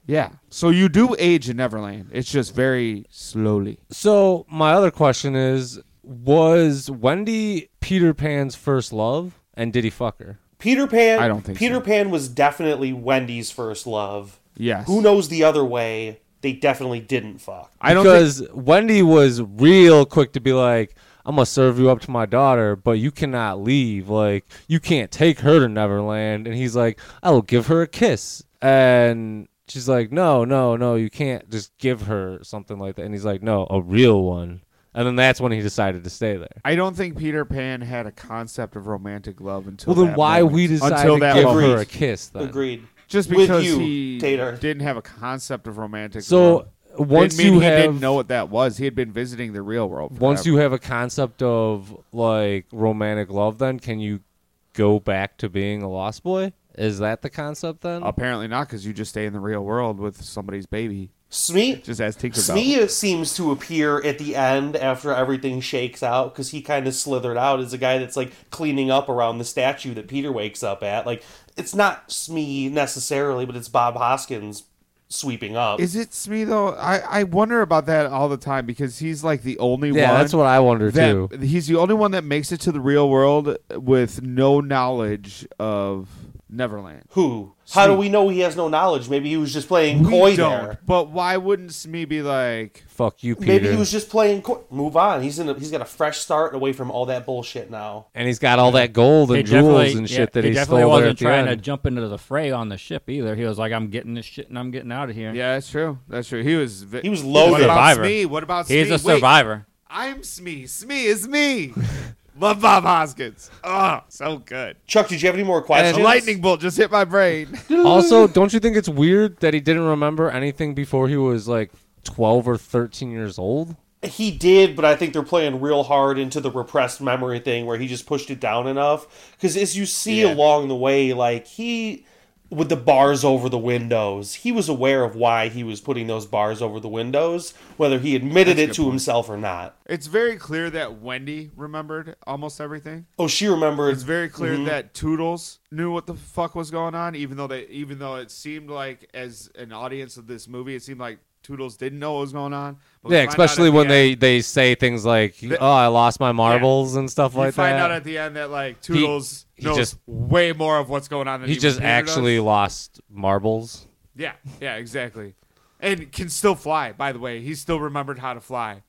S5: yeah. So you do age in Neverland. It's just very slowly.
S2: So my other question is: Was Wendy Peter Pan's first love, and did he fuck her?
S4: Peter Pan.
S5: I don't think
S4: Peter
S5: so.
S4: Pan was definitely Wendy's first love.
S5: Yes.
S4: Who knows the other way? They definitely didn't fuck.
S5: I don't. think,
S2: because Wendy was real quick to be like, "I'm gonna serve you up to my daughter, but you cannot leave. Like, you can't take her to Neverland." And he's like, "I will give her a kiss," and she's like, "No, no, no, you can't just give her something like that." And he's like, "No, a real one." And then that's when he decided to stay there.
S5: I don't think Peter Pan had a concept of romantic love until.
S2: Well, then
S5: that
S2: why
S5: moment.
S2: we decide
S5: Until
S2: to
S5: that
S2: give
S5: moment.
S2: her a kiss? Then
S4: Agreed.
S5: just
S4: With
S5: because
S4: you,
S5: he
S4: Tater.
S5: didn't have a concept of romantic.
S2: So uh,
S5: love.
S2: once
S5: Didn't mean
S2: you
S5: he
S2: have
S5: didn't know what that was, he had been visiting the real world. Forever.
S2: once you have a concept of like romantic love then can you go back to being a lost boy is that the concept then
S5: apparently not, because you just stay in the real world with somebody's baby,
S4: Smee.
S5: just as Tinkerbell.
S4: Smee seems to appear at the end after everything shakes out because he kind of slithered out as a guy that's like cleaning up around the statue that Peter wakes up at. Like, it's not Smee necessarily, but it's Bob Hoskins sweeping up.
S5: Is it Smee though? I, I wonder about that all the time because he's like the only
S2: yeah
S5: one.
S2: that's what i wonder too
S5: that he's the only one that makes it to the real world with no knowledge of Neverland.
S4: Who? How do we know he has no knowledge? Maybe he was just playing
S5: We
S4: coy
S5: don't.
S4: there.
S5: But why wouldn't Smee be like?
S2: fuck you peter
S4: Maybe he was just playing coy. Move on. He's in. A, he's got a fresh start away from all that bullshit now.
S2: and he's got all that gold and jewels and shit that he,
S3: definitely
S2: stole there
S3: wasn't
S2: at the
S3: trying to
S2: end.
S3: jump into the fray on the ship either. He was like, "I'm getting this shit and I'm getting out of here."
S5: Yeah, that's true. That's true. He was. vi-
S4: He was
S5: What
S4: loaded.
S5: about
S3: Survivor.
S5: Smee? What about
S3: he's
S5: Smee?
S3: a
S5: Wait,
S3: survivor.
S5: I'm Smee. Smee is me. Love Bob Hoskins. Oh, so good.
S4: Chuck, did you have any more
S5: A
S4: questions?
S5: lightning bolt just hit my brain.
S2: also don't you think it's weird that he didn't remember anything before he was like 12 or 13 years old
S4: He did, but I think they're playing real hard into the repressed memory thing where he just pushed it down enough. Because as you see along the way, like he, with the bars over the windows, he was aware of why he was putting those bars over the windows, whether he admitted it to himself or not.
S5: it's very clear that Wendy remembered almost everything.
S4: Oh, she remembered.
S5: It's very clear
S4: Mm-hmm.
S5: that Toodles knew what the fuck was going on, even though they, even though it seemed like as an audience of this movie, it seemed like Toodles didn't know what was going on. But we
S2: yeah
S5: find out at
S2: especially
S5: the
S2: when
S5: end-
S2: they they say things like oh i lost my marbles and stuff
S5: you
S2: like
S5: find
S2: that
S5: out at the end that like Toodles
S2: he
S5: knows
S2: just-
S5: way more of what's going on. Than
S2: he just
S5: Peter does.
S2: actually lost marbles
S5: Yeah, yeah, exactly. And can still fly, by the way. He still remembered how to fly.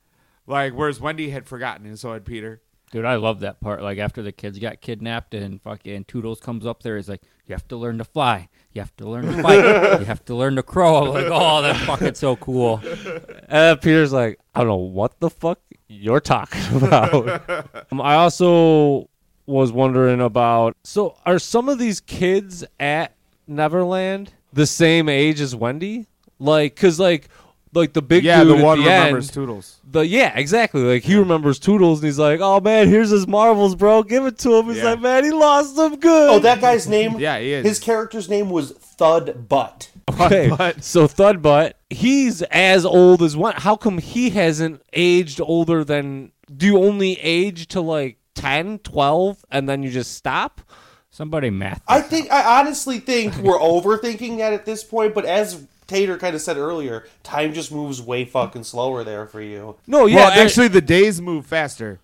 S5: Like, whereas Wendy had forgotten, and so had Peter.
S3: Dude, I love that part. Like after the kids got kidnapped and fucking Toodles comes up there, he's like, "You have to learn to fly. You have to learn to fight. you have to learn to crow." I'm like, "Oh, that's fucking so cool."
S2: And then Peter's like, I don't know what the fuck you're talking about. Um, I also was wondering about so are some of these kids at Neverland the same age as Wendy? Like, cause like, like the big
S5: Yeah,
S2: dude
S5: the
S2: at
S5: one
S2: the
S5: remembers
S2: end,
S5: Toodles.
S2: the yeah, exactly. Like he remembers Toodles, and he's like, "Oh man, here's his marbles, bro. Give it to him." He's
S5: Yeah.
S2: like, "Man, he lost them good."
S4: oh, that guy's name.
S5: Yeah, he is.
S4: His character's name was Thud Butt.
S2: Okay,
S5: Thudbutt.
S2: so Thudbutt, he's as old as one. How come he hasn't aged older than? Do you only age to like 10, 12, and then you just stop?
S3: Somebody math.
S4: I think I honestly think we're overthinking that at this point, but as Tater kind of said earlier, time just moves way fucking slower there for you.
S2: No, Oh, yeah,
S5: well,
S2: there-
S5: actually, the days move faster,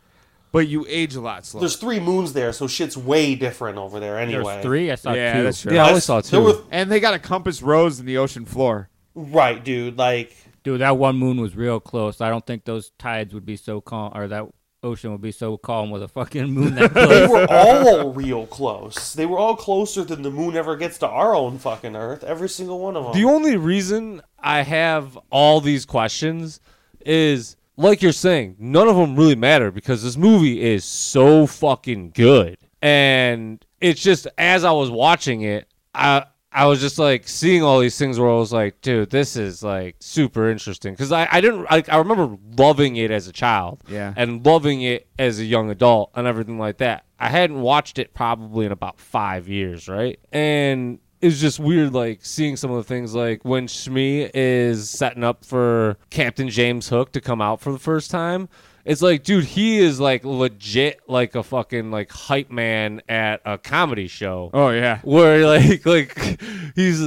S5: but you age a lot slower.
S4: There's three moons there, so shit's way different over there anyway.
S3: There's three. I saw
S5: yeah,
S3: two.
S5: that's true.
S2: yeah, I
S4: I
S2: always saw
S4: s- there were-
S2: two.
S5: And they got a compass rose in the ocean floor.
S4: Right, dude. Like,
S3: Dude, that one moon was real close. I don't think those tides would be so calm, or that ocean would be so calm with a fucking moon that
S4: they
S3: close.
S4: were all real close. They were all closer than the moon ever gets to our own fucking Earth. Every single one of them.
S2: The only reason I have all these questions is like you're saying, none of them really matter because this movie is so fucking good. And it's just as I was watching it, I I was just like seeing all these things where I was like, dude, this is like super interesting because I I didn't like I remember loving it as a child,
S5: Yeah.
S2: and loving it as a young adult and everything like that. I hadn't watched it probably in about five years, right? And it's just weird, like seeing some of the things, like when Shmi is setting up for Captain James Hook to come out for the first time. It's like, dude, he is like legit, like a fucking like hype man at a comedy show
S5: Oh yeah.
S2: where like like he's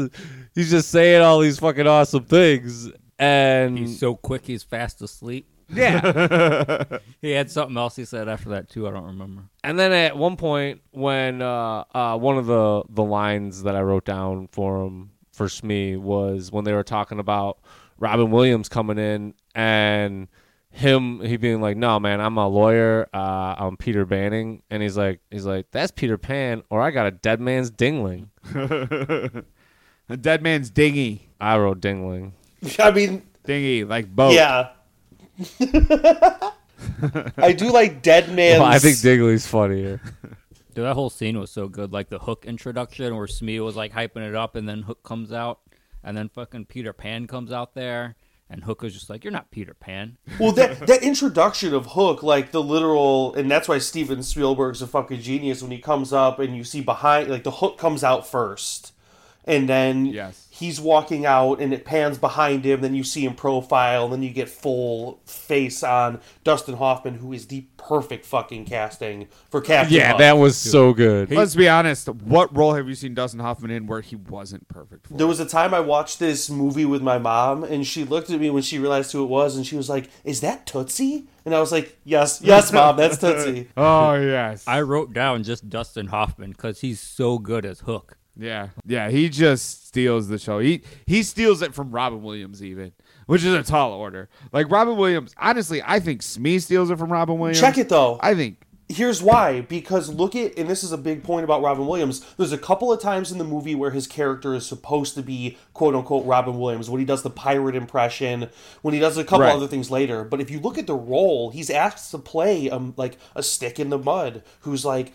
S2: he's just saying all these fucking awesome things and
S3: He's so quick, he's fast asleep.
S2: yeah
S3: He had something else he said after that too. I don't remember.
S2: and then at one point when uh uh one of the the lines that i wrote down for him for Smee was when they were talking about robin williams coming in and him he being like no man i'm a lawyer uh i'm peter banning and he's like he's like that's peter pan or i got a dead man's dingling
S5: A dead man's dingy.
S2: i wrote dingling
S4: I mean,
S5: Dingy, like boat.
S4: yeah. I do like Dead Man's.
S2: well, Oh. i think dingling's funnier
S3: Dude, that whole scene was so good. Like the Hook introduction, where Smee was like hyping it up, and then Hook comes out, and then fucking Peter Pan comes out there, and Hook was just like, "You're not Peter Pan."
S4: well, that that introduction of Hook, like the literal, and that's why Steven Spielberg's a fucking genius. When he comes up and you see behind, like the Hook comes out first, and then
S5: Yes.
S4: he's walking out, and it pans behind him. Then you see him profile, then you get full face on Dustin Hoffman, who is the perfect fucking casting for Captain.
S2: yeah
S4: Hook.
S2: that was so good
S5: Let's be honest. What role have you seen Dustin Hoffman in where he wasn't perfect for?
S4: There was a time I watched this movie with my mom, and she looked at me when she realized who it was, and she was like, "Is that Tootsie?" And I was like, "Yes, yes, mom, that's Tootsie."
S5: Oh yes.
S3: I wrote down just Dustin Hoffman because he's so good as Hook.
S5: yeah. Yeah. He just steals the show. He he steals it from Robin Williams even, which is a tall order. Like Robin Williams. Honestly, I think Smee steals it from Robin Williams.
S4: Check it though.
S5: I think.
S4: Here's why: because look at, and this is a big point about Robin Williams. There's a couple of times in the movie where his character is supposed to be "quote unquote" Robin Williams when he does the pirate impression, when he does a couple
S5: Right.
S4: other things later. But if you look at the role, he's asked to play um like a stick in the mud who's like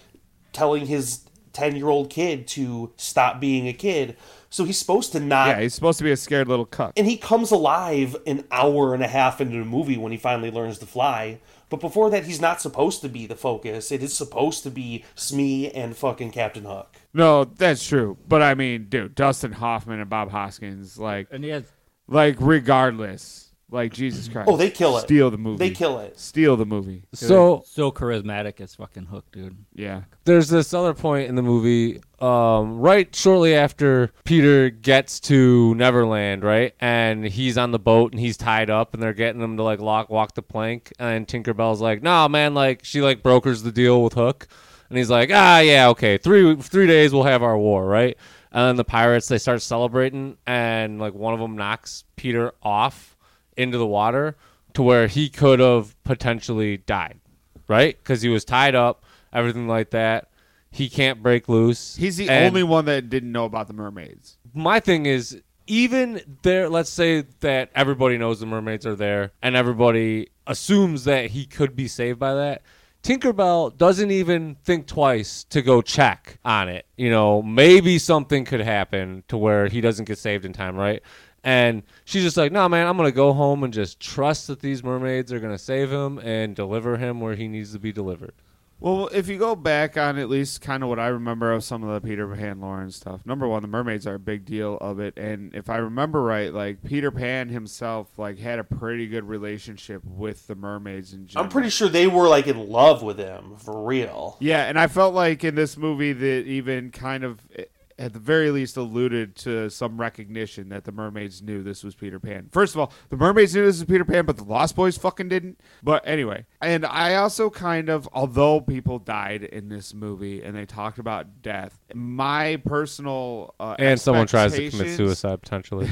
S4: telling his 10 year old kid to stop being a kid. So he's supposed to not.
S5: Yeah, he's supposed to be a scared little cuck.
S4: and he comes alive an hour and a half into the movie when he finally learns to fly. But before that, he's not supposed to be the focus. It is supposed to be Smee and fucking Captain Hook.
S5: No, that's true. But I mean, dude, Dustin Hoffman and Bob Hoskins, like
S3: And he has
S5: like regardless. Like Jesus Christ.
S4: Oh, they kill it.
S5: Steal the movie.
S4: They kill it.
S5: Steal the movie.
S2: so
S3: so charismatic as fucking Hook, dude.
S5: Yeah.
S2: there's this other point in the movie um, right shortly after peter gets to neverland right and he's on the boat and he's tied up and they're getting him to like lock, walk the plank and tinkerbell's like nah man like she like brokers the deal with hook and he's like ah yeah okay three three days we'll have our war right and then the pirates they start celebrating and like one of them knocks peter off into the water to where he could have potentially died right because he was tied up everything like that he can't break loose
S5: He's the
S2: And
S5: only one that didn't know about the mermaids.
S2: my thing is even there let's say that everybody knows the mermaids are there and everybody assumes that he could be saved by that tinkerbell doesn't even think twice to go check on it you know maybe something could happen to where he doesn't get saved in time right and she's just like no man i'm gonna go home and just trust that these mermaids are gonna save him and deliver him where he needs to be delivered
S5: Well, if you go back on at least kind of what I remember of some of the Peter Pan lore and stuff, number one, the mermaids are a big deal of it, and if I remember right, like Peter Pan himself, like had a pretty good relationship with the mermaids in general.
S4: I'm pretty sure they were like in love with him for real.
S5: Yeah, and I felt like in this movie that even kind of eh, at the very least alluded to some recognition that the mermaids knew this was Peter Pan. First of all, the mermaids knew this was Peter Pan, but the Lost Boys fucking didn't. But anyway, and I also kind of although people died in this movie and they talked about death, my personal uh,
S2: and someone tries to commit
S5: expectations-
S2: suicide potentially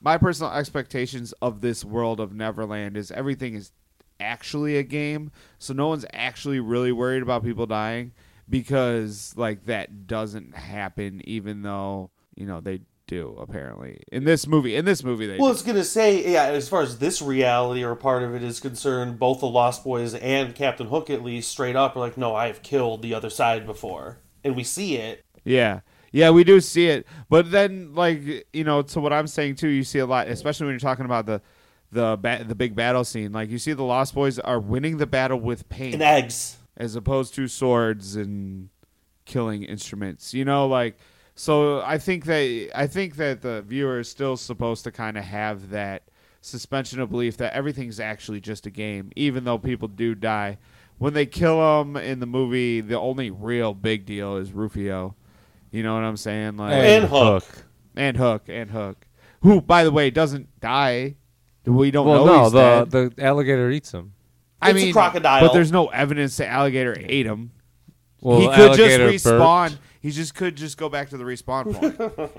S5: my personal expectations of this world of Neverland is everything is actually a game, so no one's actually really worried about people dying because like that doesn't happen even though, you know, they do apparently in this movie. In this movie, they
S4: Well,
S5: do.
S4: it's gonna say yeah. As far as this reality or part of it is concerned, both the Lost Boys and Captain Hook, at least, straight up are like, "No, I have killed the other side before," and we see it.
S5: yeah, yeah, we do see it. But then, like you know, to what I'm saying too, you see a lot, especially when you're talking about the the ba- the big battle scene. Like you see, the Lost Boys are winning the battle with pain.
S4: And eggs.
S5: as opposed to swords and killing instruments. You know, like so I think that I think that the viewer is still supposed to kind of have that suspension of belief that everything's actually just a game, even though people do die. When they kill him in the movie, the only real big deal is Rufio. You know what I'm saying? Like
S4: And Hook.
S5: and Hook and Hook, who by the way doesn't die. We don't
S2: Well,
S5: know.
S2: no,
S5: he's
S2: the
S5: dead.
S2: the alligator eats him.
S5: I
S4: It's a
S5: mean,
S4: crocodile.
S5: But there's no evidence the alligator ate him.
S2: Well,
S5: he could
S2: alligator
S5: just respawn.
S2: burped.
S5: He just could just go back to the respawn point.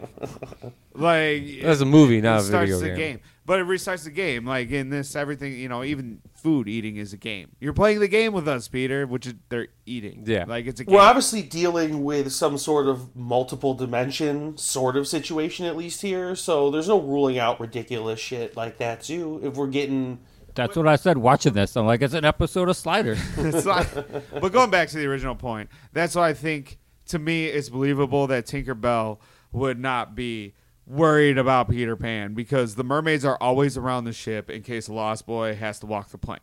S5: like
S2: That's a movie,
S5: it
S2: not a
S5: starts
S2: video
S5: the
S2: game.
S5: game, but it restarts the game. Like in this, everything you know, even food eating is a game. You're playing the game with us, Peter, which is, they're eating.
S2: Yeah.
S5: like it's a game.
S4: We're obviously dealing with some sort of multiple dimension sort of situation, at least here. So there's no ruling out ridiculous shit like that too. If we're getting
S3: That's what I said watching this. I'm like, it's an episode of Sliders.
S5: It's like- but going back to the original point, that's why I think to me it's believable that Tinkerbell would not be worried about Peter Pan because the mermaids are always around the ship in case a Lost Boy has to walk the plank.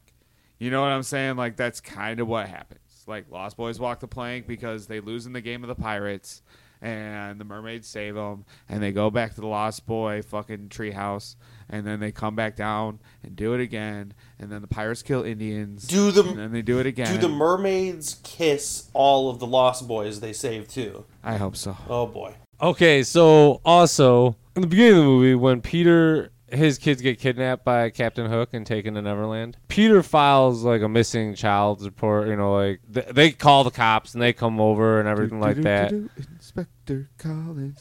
S5: You know what I'm saying? Like that's kind of what happens. Like Lost Boys walk the plank because they lose in the game of the pirates and the mermaids save them and they go back to the lost boy fucking treehouse and then they come back down and do it again and then the pirates kill indians
S4: Do the-
S5: and then they do it again
S4: do the mermaids kiss all of the lost boys they saved too?
S5: I hope so.
S4: Oh boy.
S2: Okay, so also in the beginning of the movie, when Peter his kids get kidnapped by Captain Hook and taken to Neverland, Peter files like a missing child's report. You know, like th- they call the cops and they come over and everything like that.
S5: Inspector Collins.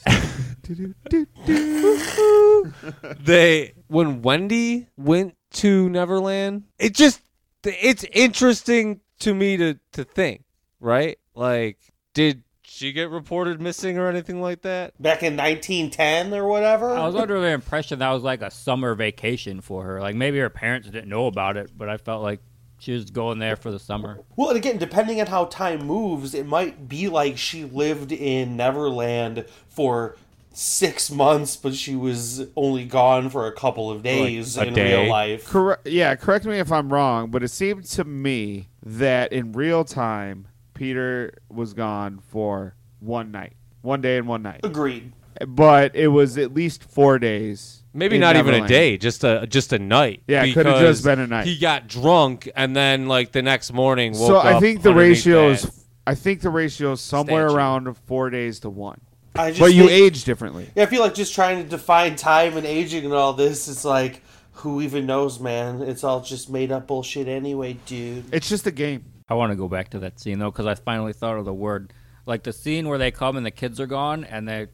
S2: they when Wendy went to Neverland, it just it's interesting to me to to think, right? Like, did she get reported missing or anything like that?
S4: Back in 1910 or whatever.
S3: I was under the impression that was like a summer vacation for her. Like maybe her parents didn't know about it, but I felt like she was going there for the summer.
S4: Well, and again, depending on how time moves, it might be like she lived in Neverland for six months, but she was only gone for a couple of days
S2: a
S4: in
S2: day.
S4: real life.
S5: Correct. Yeah, correct me if I'm wrong, but it seemed to me that in real time, Peter was gone for one night, one day and one night.
S4: Agreed.
S5: But it was at least four days.
S2: Maybe
S5: in
S2: not even a
S5: Neverland.
S2: day, just a just a night.
S5: Yeah, it could've
S2: because
S5: just been a night.
S2: He got drunk and then like the next morning. Woke
S5: So I
S2: up
S5: think the
S2: underneath
S5: ratio
S2: that.
S5: is. I think the ratio is somewhere
S2: Statue.
S5: around four days to one.
S4: I just
S5: But you
S4: think-
S5: age differently.
S4: Yeah, I feel like just trying to define time and aging and all this. It's like who even knows, man? It's all just made up bullshit anyway, dude.
S5: It's just a game.
S3: I want to go back to that scene though, because I finally thought of the word, like the scene where they come and the kids are gone, and they,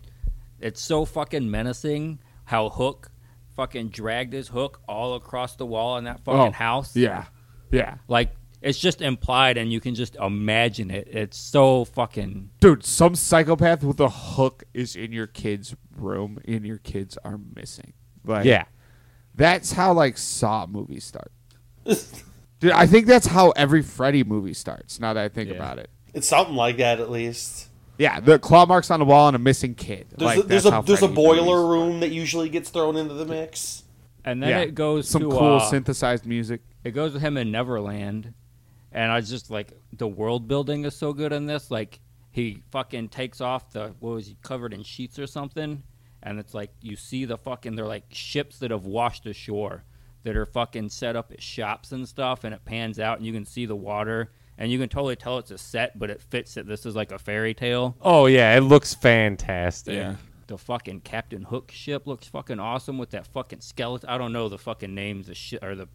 S3: it's so fucking menacing how Hook, fucking dragged his hook all across the wall in that fucking
S5: Oh,
S3: house.
S5: Yeah, yeah,
S3: like it's just implied, and you can just imagine it. It's so fucking.
S5: dude. Some psychopath with a hook is in your kid's room, and your kids are missing. Like,
S2: Yeah,
S5: That's how like Saw movies start. Dude, I think that's how every Freddy movie starts. Now that I think
S3: Yeah.
S5: about it,
S4: It's something like that, at least.
S5: yeah, the claw marks on the wall and a missing kid.
S4: There's
S5: Like,
S4: a, there's
S5: that's how
S4: a there's a
S5: Freddy
S4: boiler
S5: movies-
S4: room that usually gets thrown into the mix.
S3: And then
S5: Yeah.
S3: it goes
S5: Some
S3: to
S5: cool
S3: uh,
S5: synthesized music.
S3: it goes with him in Neverland, and I was just like the world building is so good in this. Like he fucking takes off the what was he covered in sheets or something, and it's like you see the fucking they're like ships that have washed ashore that are fucking set up at shops and stuff, and it pans out and you can see the water. And you can totally tell it's a set, but it fits that this is like a fairy tale.
S2: Oh yeah, it looks fantastic.
S3: The fucking Captain Hook ship looks fucking awesome with that fucking skeleton. I don't know the fucking names of shi or the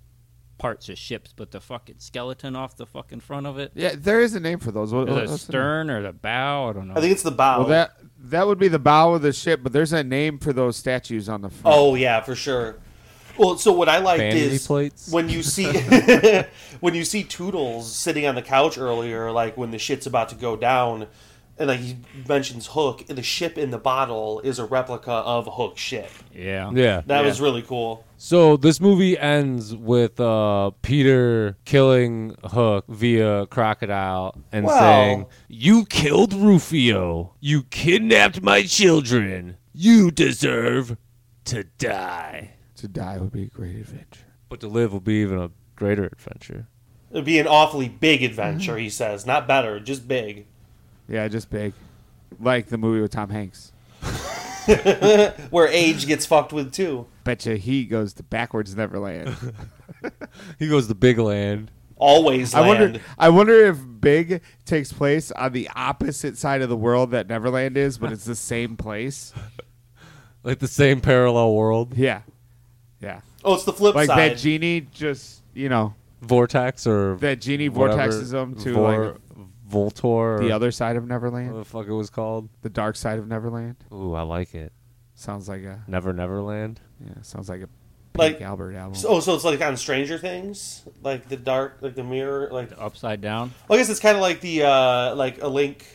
S3: parts of ships, but the fucking skeleton off the fucking front of it.
S5: Yeah, there is a name for those. What-
S3: Or the
S5: what's the name?
S3: stern or the bow. I don't know.
S4: I think it's the bow.
S5: Well, that that would be the bow of the ship, but there's a name for those statues on the front.
S4: Oh yeah, for sure. Well, so what I liked
S2: Vanity
S4: is
S2: plates?
S4: when you see when you see Toodles sitting on the couch earlier, like when the shit's about to go down, and like he mentions Hook, and the ship in the bottle is a replica of Hook's ship.
S3: Yeah.
S2: Yeah.
S4: That was really cool.
S2: So this movie ends with uh, Peter killing Hook via crocodile and
S4: Well-
S2: saying, "You killed Rufio. You kidnapped my children. You deserve to die."
S4: Oh.
S5: To die would be a great adventure.
S2: But to live will be even a greater adventure.
S4: It'd be an awfully big adventure,
S5: Mm-hmm.
S4: he says. Not better, just big.
S5: Yeah, just big. Like the movie with Tom Hanks.
S4: Where age gets fucked with too.
S5: Betcha he goes to backwards Neverland.
S2: He goes to Big Land.
S4: Always
S5: I
S4: land.
S5: wonder. I wonder if Big takes place on the opposite side of the world that Neverland is, but it's the same place.
S2: Like the same parallel world
S5: Yeah, yeah.
S4: oh, it's the flip
S5: Like
S4: side.
S5: that genie, just you know,
S2: vortex or
S5: that genie
S2: whatever,
S5: vortexes them to
S2: Vor- Voltor or
S5: like the other side of Neverland,
S2: what the fuck it was called.
S5: the dark side of Neverland.
S2: Ooh, I like it.
S5: Sounds like a
S2: Never Neverland.
S5: yeah. Sounds like a
S4: Like-
S5: Pink Albert album.
S4: oh, so it's like on Stranger Things, like the dark, like the mirror, like.
S3: Upside down.
S4: Well, I guess it's kind of like the uh like a link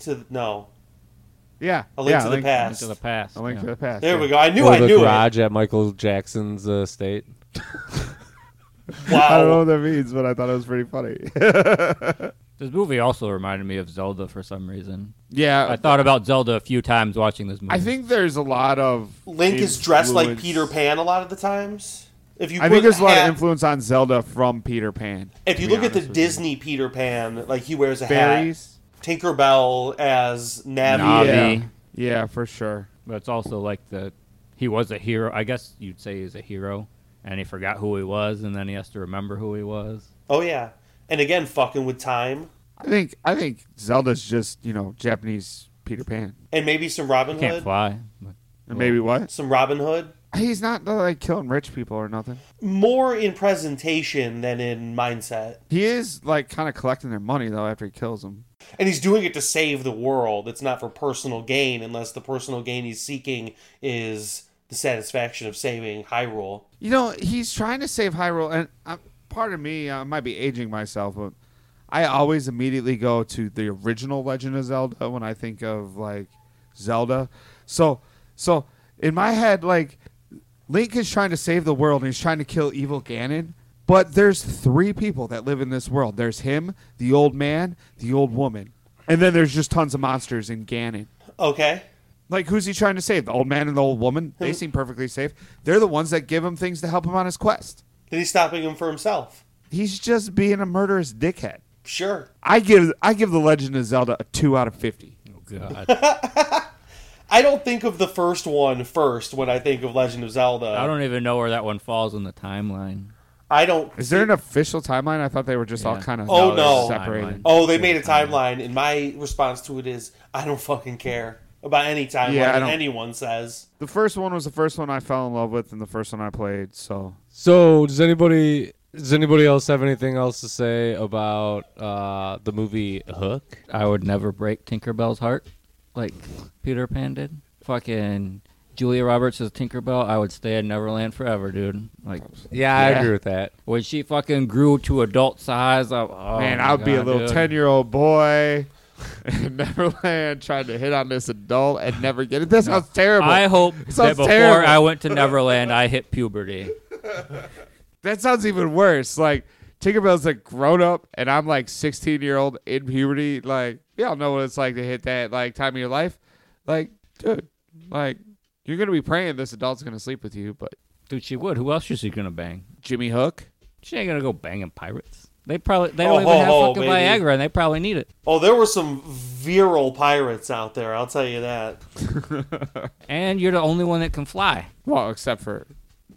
S4: to no,
S5: yeah,
S4: a link
S5: yeah,
S4: to
S5: a
S4: the
S5: link,
S4: past.
S3: Into the past.
S5: A link
S3: yeah.
S5: to the past.
S4: There
S5: yeah.
S4: we go. I knew
S2: or
S4: I
S2: the
S4: knew
S2: garage at Michael Jackson's uh, estate.
S4: it.
S5: I don't know
S4: Wow.
S5: what that means, but I thought it was pretty funny.
S3: This movie also reminded me of Zelda for some reason.
S5: yeah,
S3: I thought about Zelda a few times watching this movie.
S5: I think there's a lot of
S4: Link is dressed like
S5: influence-
S4: Peter Pan a lot of the times. If you
S5: I think
S4: put
S5: there's a lot
S4: hat-
S5: of influence on Zelda from Peter Pan.
S4: If
S5: to
S4: you
S5: be
S4: look at the
S5: honest with you.
S4: Disney Peter Pan, like he wears a hat.
S5: berries,
S4: Tinkerbell as Navi.
S3: Navi.
S5: yeah,
S3: Navi.
S5: yeah, for sure.
S3: But it's also like the he was a hero. I guess you'd say he's a hero, and he forgot who he was, and then he has to remember who he was.
S4: Oh yeah. And again fucking with time.
S5: I think I think Zelda's just you know Japanese Peter Pan,
S4: And maybe some Robin
S3: Can't
S4: Hood.
S3: fly. But
S5: and maybe what?
S4: Some Robin Hood.
S5: He's not uh, like killing rich people or nothing.
S4: More in presentation than in mindset.
S5: He is like kind of collecting their money though after he kills them.
S4: And he's doing it to save the world. It's not for personal gain unless the personal gain he's seeking is the satisfaction of saving Hyrule.
S5: You know he's trying to save Hyrule, and uh, part of me I might be aging myself, but I always immediately go to the original Legend of Zelda when I think of like Zelda. So so in my head like Link is trying to save the world and he's trying to kill evil Ganon. But there's three people that live in this world. There's him, the old man, the old woman. And then there's just tons of monsters in Ganon.
S4: Okay.
S5: Like who's he trying to save? The old man and the old woman? They seem perfectly safe. They're the ones that give him things to help him on his quest.
S4: Then he's stopping him for himself.
S5: He's just being a murderous dickhead.
S4: Sure.
S5: I give I give the Legend of Zelda a two out of fifty.
S3: oh God,
S4: I don't think of the first one first when I think of Legend of Zelda.
S3: I don't even know where that one falls in the timeline.
S4: I don't.
S5: Is there an official timeline? I thought they were just all
S3: Yeah.
S5: kind of
S4: Oh, no.
S5: separated.
S4: Oh, they made a timeline, and my response to it is, I don't fucking care about any timeline
S5: Yeah, I
S4: that
S5: don't-
S4: anyone says.
S5: The first one was the first one I fell in love with and the first one I played, so
S2: So does anybody does anybody else have anything else to say about uh, the movie Hook?
S3: I would never break Tinkerbell's heart like Peter Pan did. Fucking Julia Roberts as Tinkerbell, I would stay at Neverland forever, dude. Like
S2: Yeah, I agree with that.
S3: when she fucking grew to adult size, I, oh
S5: Man,
S3: my
S5: I would be a
S3: God,
S5: little
S3: dude.
S5: ten-year-old boy in Neverland trying to hit on this adult and never get it. That sounds terrible.
S3: I hope that
S5: sounds
S3: before
S5: terrible.
S3: I went to Neverland, I hit puberty.
S5: that sounds even worse. Like Tinkerbell's like grown up, and I'm like sixteen-year-old in puberty. Like we all know what it's like to hit that like time of your life. Like, dude, like you're gonna be praying this adult's gonna sleep with you, but
S3: Dude, she would. Who else is she gonna bang?
S5: Jimmy Hook.
S3: She ain't gonna go banging pirates. They probably they
S4: Oh,
S3: don't even
S4: ho,
S3: have
S4: ho,
S3: fucking
S4: baby.
S3: Viagra, and they probably need it.
S4: Oh, there were some virile pirates out there, I'll tell you that.
S3: And you're the only one that can fly.
S5: Well, except for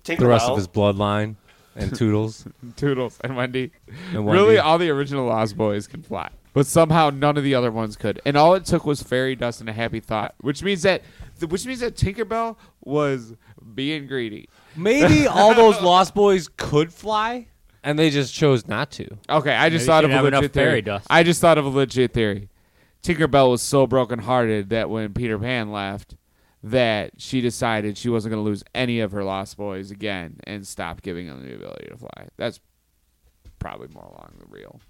S4: Tinkerbell.
S2: The rest of his bloodline and Toodles
S5: Toodles and Wendy.
S2: and Wendy.
S5: Really, all the original Lost Boys can fly, but somehow none of the other ones could. And all it took was fairy dust and a happy thought, which means that, th- which means that Tinkerbell was being greedy.
S2: Maybe all those Lost Boys could fly, and they just chose not to.
S5: Okay, I just
S3: Maybe
S5: thought
S3: she
S5: of a
S3: didn't have
S5: legit
S3: enough fairy
S5: theory.
S3: dust.
S5: I just thought of a legit theory. Tinkerbell was so brokenhearted that when Peter Pan left, that she decided she wasn't going to lose any of her Lost Boys again and stopped giving them the ability to fly. That's probably more along the real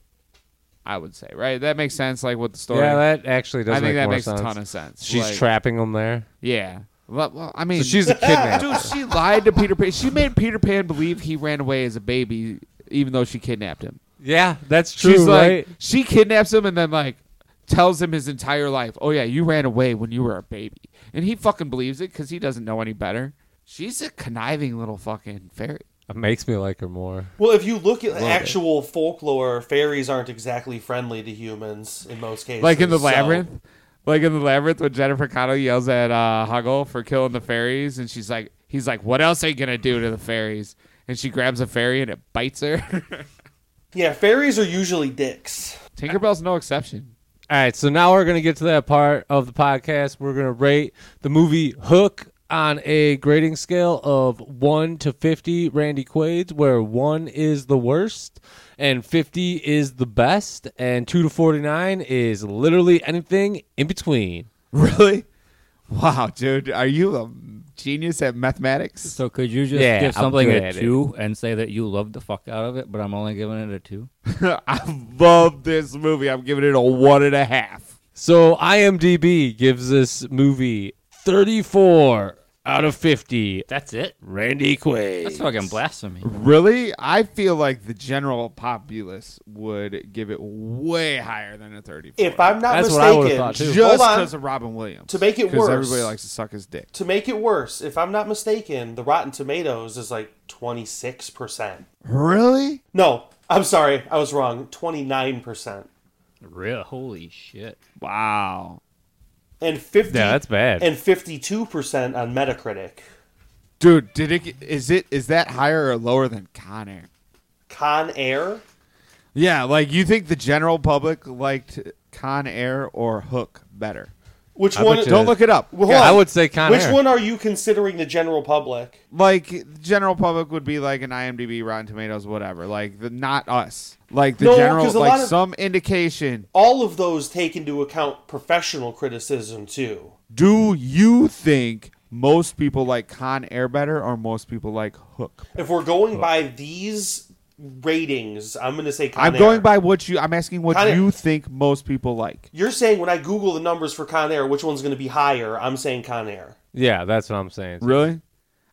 S11: I would say, right? That makes sense, like with the story.
S2: Yeah, that actually does
S11: I think
S2: make
S11: that
S2: more
S11: makes
S2: sense.
S11: a ton of sense.
S2: She's
S11: Like,
S2: trapping him there.
S11: Yeah. Well, well, I mean,
S2: So she's a kidnapper.
S11: dude, she lied to Peter Pan. She made Peter Pan believe he ran away as a baby, even though she kidnapped him.
S2: yeah, that's true,
S11: she's
S2: right?
S11: like, she kidnaps him and then like tells him his entire life. Oh yeah, you ran away when you were a baby, and he fucking believes it because he doesn't know any better. She's a conniving little fucking fairy.
S2: it makes me like her more.
S4: Well, if you look at actual folklore, fairies aren't exactly friendly to humans in most cases.
S11: Like in the
S4: so-
S11: labyrinth. Like in the labyrinth when Jennifer Connelly yells at uh, Huggle for killing the fairies, and she's like, he's like, what else are you gonna do to the fairies? And she grabs a fairy and it bites her.
S4: Yeah, fairies are usually dicks.
S11: Tinkerbell's no exception.
S2: All right, so now we're going to get to that part of the podcast. We're going to rate the movie Hook on a grading scale of 1 to 50 Randy Quaid's, where 1 is the worst and 50 is the best, and 2 to 49 is literally anything in between.
S5: Really? Wow, dude, are you a genius at mathematics?
S3: So could you just
S2: Yeah,
S3: give
S2: I'm
S3: something
S2: good
S3: a
S2: at it.
S3: two and say that you love the fuck out of it, but I'm only giving it a two?
S5: I love this movie. I'm giving it a one and a half.
S2: So IMDb gives this movie 34 out of 50.
S3: That's it.
S2: Randy Quaid.
S3: That's fucking blasphemy.
S5: Really? I feel like the general populace would give it way higher than a 30.
S4: If I'm not
S2: That's what I would've
S4: mistaken,
S2: thought, too.
S5: just
S4: hold on.
S5: because of Robin Williams.
S4: To make it
S5: Because
S4: worse.
S5: everybody likes to suck his dick.
S4: To make it worse, if I'm not mistaken, the Rotten Tomatoes is like 26%.
S5: Really?
S4: No, I'm sorry, I was wrong. 29%.
S3: Real holy shit.
S5: Wow.
S4: And 50
S2: Yeah, that's bad.
S4: And 52% on Metacritic.
S5: Dude, did it is it is that higher or lower than Con Air?
S4: Con Air?
S5: Yeah, like you think the general public liked Con Air or Hook better?
S4: Which
S2: I
S4: one?
S2: bet you-
S5: Don't look it up.
S4: Well, hold
S2: I
S4: on.
S2: would say Con
S4: Which
S2: Air.
S4: one are you considering the general public?
S5: Like the general public would be like an IMDb, Rotten Tomatoes, whatever. Like the not us. Like the
S4: No,
S5: general,
S4: 'cause a
S5: like
S4: lot of-
S5: some indication.
S4: All of those take into account professional criticism too.
S5: Do you think most people like Con Air better or most people like Hook?
S4: If we're going by these ratings, I'm going to say Con
S5: I'm
S4: Air.
S5: going by what you. I'm asking what
S4: Con Air.
S5: you think most people like.
S4: You're saying when I Google the numbers for Con Air, which one's going to be higher? I'm saying Con Air.
S2: Yeah, that's what I'm saying.
S5: Really?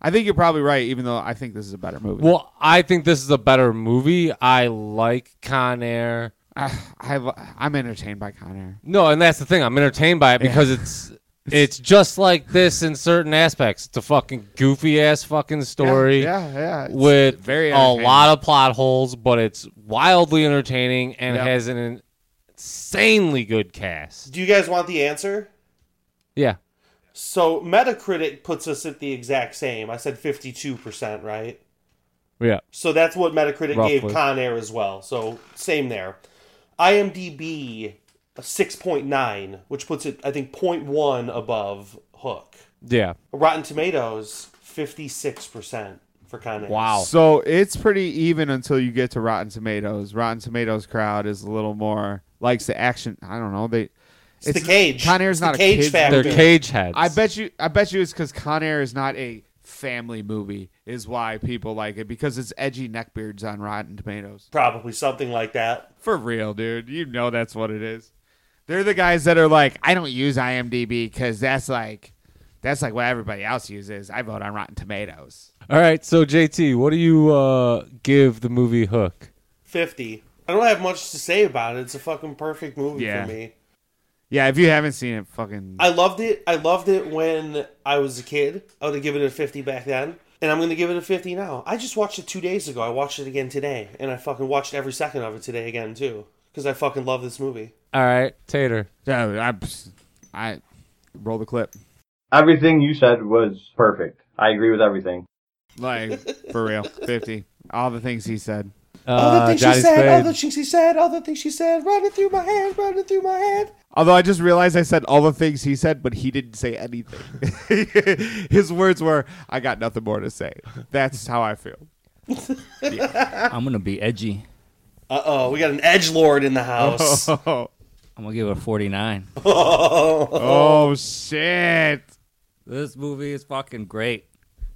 S5: I think you're probably right, even though I think this is a better movie.
S2: Well, I think this is a better movie. I like Con Air.
S5: I, I I'm entertained by Con Air.
S2: No, and that's the thing. I'm entertained by it because it's it's just like this in certain aspects. It's a fucking goofy ass fucking story.
S5: Yeah, yeah, yeah. It's
S2: With
S5: very
S2: a
S5: entertaining.
S2: lot of plot holes, but it's wildly entertaining and
S5: Yep.
S2: has an insanely good cast.
S4: Do you guys want the answer?
S2: Yeah.
S4: So Metacritic puts us at the exact same. I said 52%, right?
S2: Yeah.
S4: So that's what Metacritic gave
S2: Roughly.
S4: Con Air as well. So same there. IMDb uh, a 6.9, which puts it I think 0.1 above Hook.
S2: Yeah.
S4: Rotten Tomatoes 56% for Con Air.
S2: Wow.
S5: So it's pretty even until you get to Rotten Tomatoes. Rotten Tomatoes crowd is a little more likes the action. I don't know. They
S4: It's, the cage.
S5: Con Air's
S4: It's
S5: not
S4: the
S5: a
S4: cage
S5: kid's
S2: They're
S4: factor.
S2: cage heads.
S5: I bet you. I bet you it's because Con Air is not a family movie. Is why people like it because it's edgy neckbeards on Rotten Tomatoes.
S4: Probably something like that.
S5: For real, dude. You know that's what it is. They're the guys that are like, I don't use IMDb because that's like, that's like what everybody else uses. I vote on Rotten Tomatoes.
S2: All right. So JT, what do you uh, give the movie Hook?
S4: 50. I don't have much to say about it. It's a fucking perfect movie
S5: Yeah.
S4: for me.
S5: Yeah, if you haven't seen it, fucking.
S4: I loved it. I loved it when I was a kid. I would have given it a 50 back then. And I'm going to give it a 50 now. I just watched it two days ago. I watched it again today. And I fucking watched every second of it today again, too. Because I fucking love this movie.
S2: All right, Tater.
S5: Yeah, I, I roll the clip.
S1: Everything you said was perfect. I agree with everything.
S5: Like for real, fifty. All the things he said.
S4: all the
S2: Uh,
S4: things
S2: Johnny
S4: she said, all
S2: Spade.
S4: the things she said, all the things she said, running through my head, running through my head.
S5: Although I just realized I said all the things he said, but he didn't say anything. His words were, "I got nothing more to say." That's how I feel.
S3: I'm gonna be edgy.
S4: Uh oh, we got an edge lord in the house.
S5: Oh,
S3: I'm gonna give it a 49.
S5: oh shit!
S3: This movie is fucking great.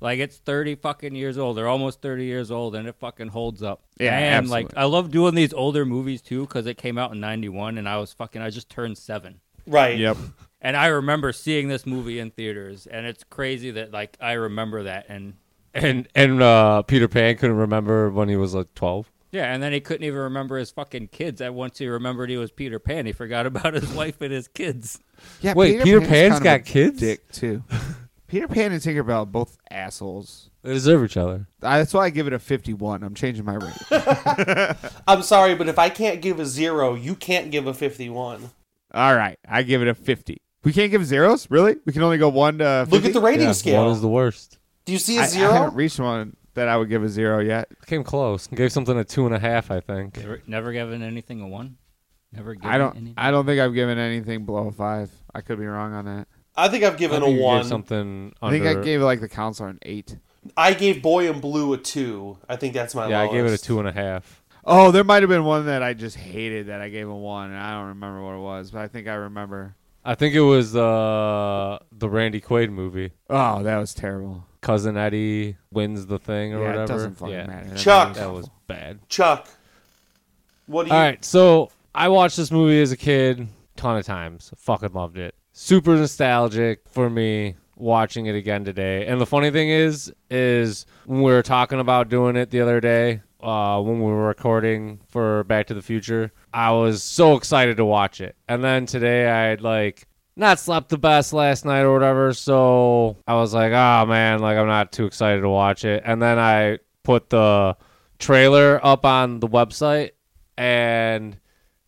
S3: Like it's thirty fucking years old. They're almost thirty years old, and it fucking holds up.
S5: Yeah,
S3: and like
S5: absolutely.
S3: I love doing these older movies too because it came out in '91, and I was fucking I just turned seven,
S4: Right.
S5: Yep.
S3: and I remember seeing this movie in theaters, and it's crazy that like I remember that, and
S2: And and uh, Peter Pan couldn't remember when he was like twelve.
S3: yeah, and then he couldn't even remember his fucking kids. And once he remembered he was Peter Pan, he forgot about his wife and his kids.
S12: Yeah,
S2: Wait, Peter Pan's
S12: kind of
S2: got
S12: a
S2: kids?
S12: Dick too. Peter Pan and Tinkerbell both assholes.
S2: They deserve each other.
S12: I, that's why I give it a 51. I'm changing my rate.
S4: I'm sorry, but if I can't give a zero, you can't give a 51.
S12: All right, I give it a 50. We can't give zeros, really? We can only go one to. 50?
S4: Look at the rating
S2: Yeah,
S4: scale.
S2: One is the worst.
S4: Do you see
S12: I-
S4: a zero?
S12: I haven't reached one that I would give a zero yet.
S2: Came close. Gave something a two and a half, I think.
S3: Never, never given anything a one. Never given
S12: I don't.
S3: anything.
S12: I don't think I've given anything below a five. I could be wrong on that.
S4: I think I've given
S2: I think
S4: a
S2: you gave
S4: one.
S2: something
S12: I
S2: under.
S12: think I gave like the counselor an eight.
S4: I gave Boy in Blue a two. I think that's my
S2: yeah, I gave it a
S4: lowest.
S2: two and a half.
S12: Oh, there might have been one that I just hated that I gave a one, and I don't remember what it was, but I think I remember.
S2: I think it was uh, the Randy Quaid movie.
S12: Oh, that was terrible.
S2: Cousin Eddie wins the thing or
S12: yeah,
S2: whatever.
S12: it doesn't fucking
S2: yeah,
S12: matter.
S4: Chuck.
S2: that was bad.
S4: Chuck, what do you?
S2: All right, so I watched this movie as a kid, ton of times. Fucking loved it. Super nostalgic for me watching it again today. And the funny thing is, is when we were talking about doing it the other day, uh, when we were recording for Back to the Future, I was so excited to watch it. And then today, I had like not slept the best last night or whatever, so I was like, oh man, like I'm not too excited to watch it. And then I put the trailer up on the website and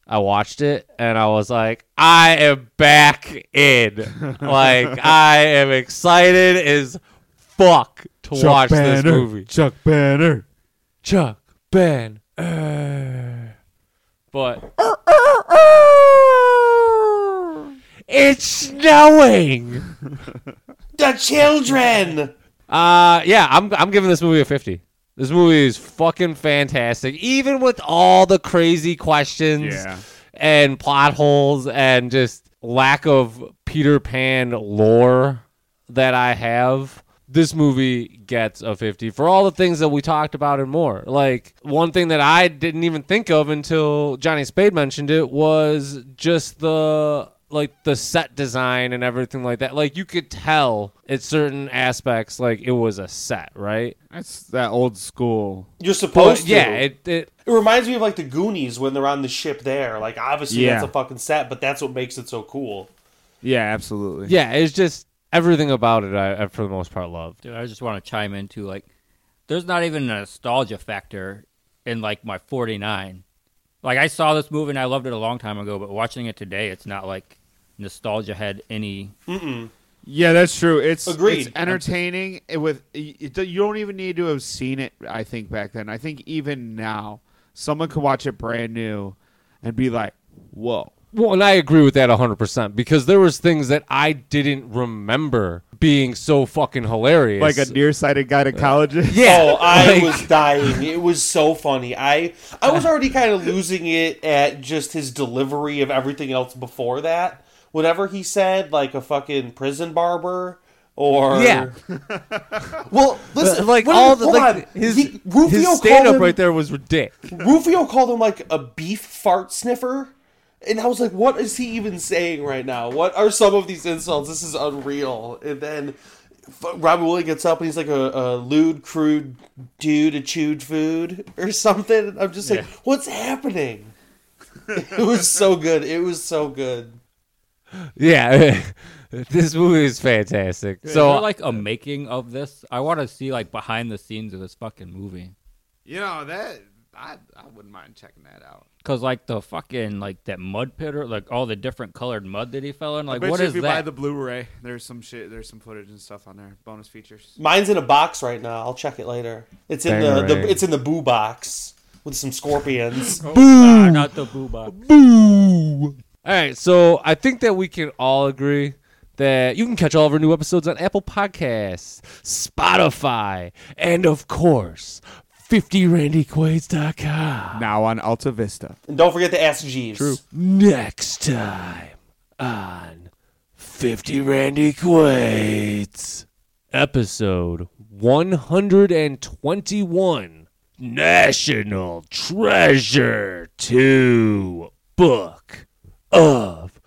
S2: I watched it and I was like, I am back in. like I am excited as fuck to watch this movie.
S5: Chuck Banner.
S2: Chuck Ben. Err. But it's snowing.
S4: The children.
S2: Uh yeah, I'm I'm giving this movie a 50. This movie is fucking fantastic. Even with all the crazy questions
S5: Yeah.
S2: and plot holes and just lack of Peter Pan lore that I have, this movie gets a 50 for all the things that we talked about and more. Like one thing that I didn't even think of until Johnny Spade mentioned it was just the like the set design and everything like that. Like you could tell at certain aspects like it was a set, right?
S12: That's that old school.
S4: You're supposed to.
S2: yeah, it, it
S4: It reminds me of like the Goonies when they're on the ship there. Like obviously
S12: Yeah.
S4: that's a fucking set, but that's what makes it so cool.
S12: Yeah, absolutely.
S2: yeah, it's just everything about it I, I for the most part loved.
S3: Dude, I just want to chime in too. Like, there's not even a nostalgia factor in like my 49. Like, I saw this movie and I loved it a long time ago, but watching it today, it's not like nostalgia had any.
S12: Yeah, that's true. It's
S4: Agreed.
S12: It's entertaining. It with it, you don't even need to have seen it. I think back then. I think even now, someone could watch it brand new, and be like, "Whoa."
S2: Well, and I agree with that 100% because there was things that I didn't remember being so fucking hilarious.
S12: Like a nearsighted guy to college.
S2: yeah,
S4: Oh, I
S2: like-
S4: was dying. It was so funny. I I was already kind of losing it at just his delivery of everything else before that. Whatever he said, like a fucking prison barber or
S2: Yeah.
S4: well, listen,
S2: like
S4: what-
S2: all the
S4: hold
S2: like
S4: on.
S2: his,
S4: He-
S2: his
S4: called
S2: stand up
S4: him-
S2: right there was ridiculous.
S4: Rufio called him like a beef fart sniffer. And I was like, what is he even saying right now? What are some of these insults? This is unreal. And then f- Robin Williams gets up and he's like a, a lewd, crude dude, a chewed food or something. And I'm just like, what's happening? it was so good. It was so good.
S2: Yeah, this movie is fantastic.
S3: So,
S2: So
S3: like a making of this? I want to see like behind the scenes of this fucking movie.
S12: You know that I I wouldn't mind checking that out.
S3: Cause like the fucking like that mud pit or like all the different colored mud that he fell in. Like,
S12: Bet
S3: what
S12: you
S3: is
S12: if you buy
S3: that?
S12: the Blu-ray, there's some shit. There's some footage and stuff on there. Bonus features.
S4: Mine's in a box right now. I'll check it later. It's in the,
S2: Bangarang.
S5: eh?
S4: the it's in the boo box with some scorpions.
S3: Ah, not the boo box.
S2: All right, so I think that we can all agree that you can catch all of our new episodes on Apple Podcasts, Spotify, and of course, 50randyquades.com.
S12: Now on Alta Vista.
S4: and don't forget to ask Jeeves.
S2: Next time on 50 Randy Quates, episode 121 National Treasure 2 Book of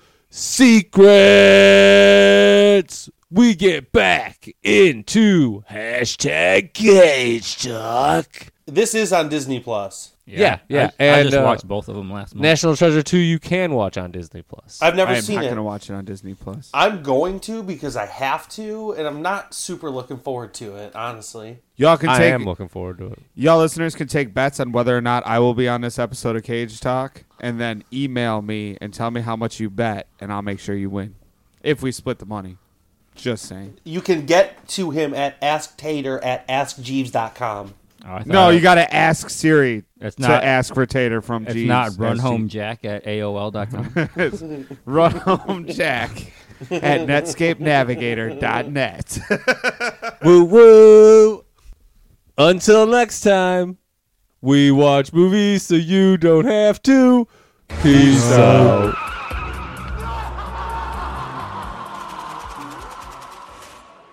S2: Secrets. We get back into hashtag cage talk.
S4: This is on Disney Plus.
S2: Yeah, yeah,
S3: I, I
S2: and,
S3: just
S2: uh,
S3: watched both of them last month.
S2: National Treasure 2 you can watch on Disney Plus.
S4: I've never
S5: I am
S4: seen
S5: not
S4: it.
S5: gonna watch it on Disney Plus.
S4: I'm going to because I have to, and I'm not super looking forward to it, honestly.
S5: Y'all can
S2: I
S5: take
S2: am looking forward to it.
S5: y'all listeners can take bets on whether or not I will be on this episode of Cage Talk, and then email me and tell me how much you bet, and I'll make sure you win. If we split the money, just saying.
S4: You can get to him at asktater at askjeeves.com.
S3: Oh, I thought
S5: No,
S3: it-
S5: you got to ask Siri
S3: It's
S5: to
S3: not-
S5: ask for Tater from
S3: It's
S5: Jeeves.
S3: not run
S5: That's
S3: home jack at AOL.com.
S5: Jeeves. Run home Jack at netscapenavigator.net.
S2: woo woo. Until next time, we watch movies so you don't have to. Peace out.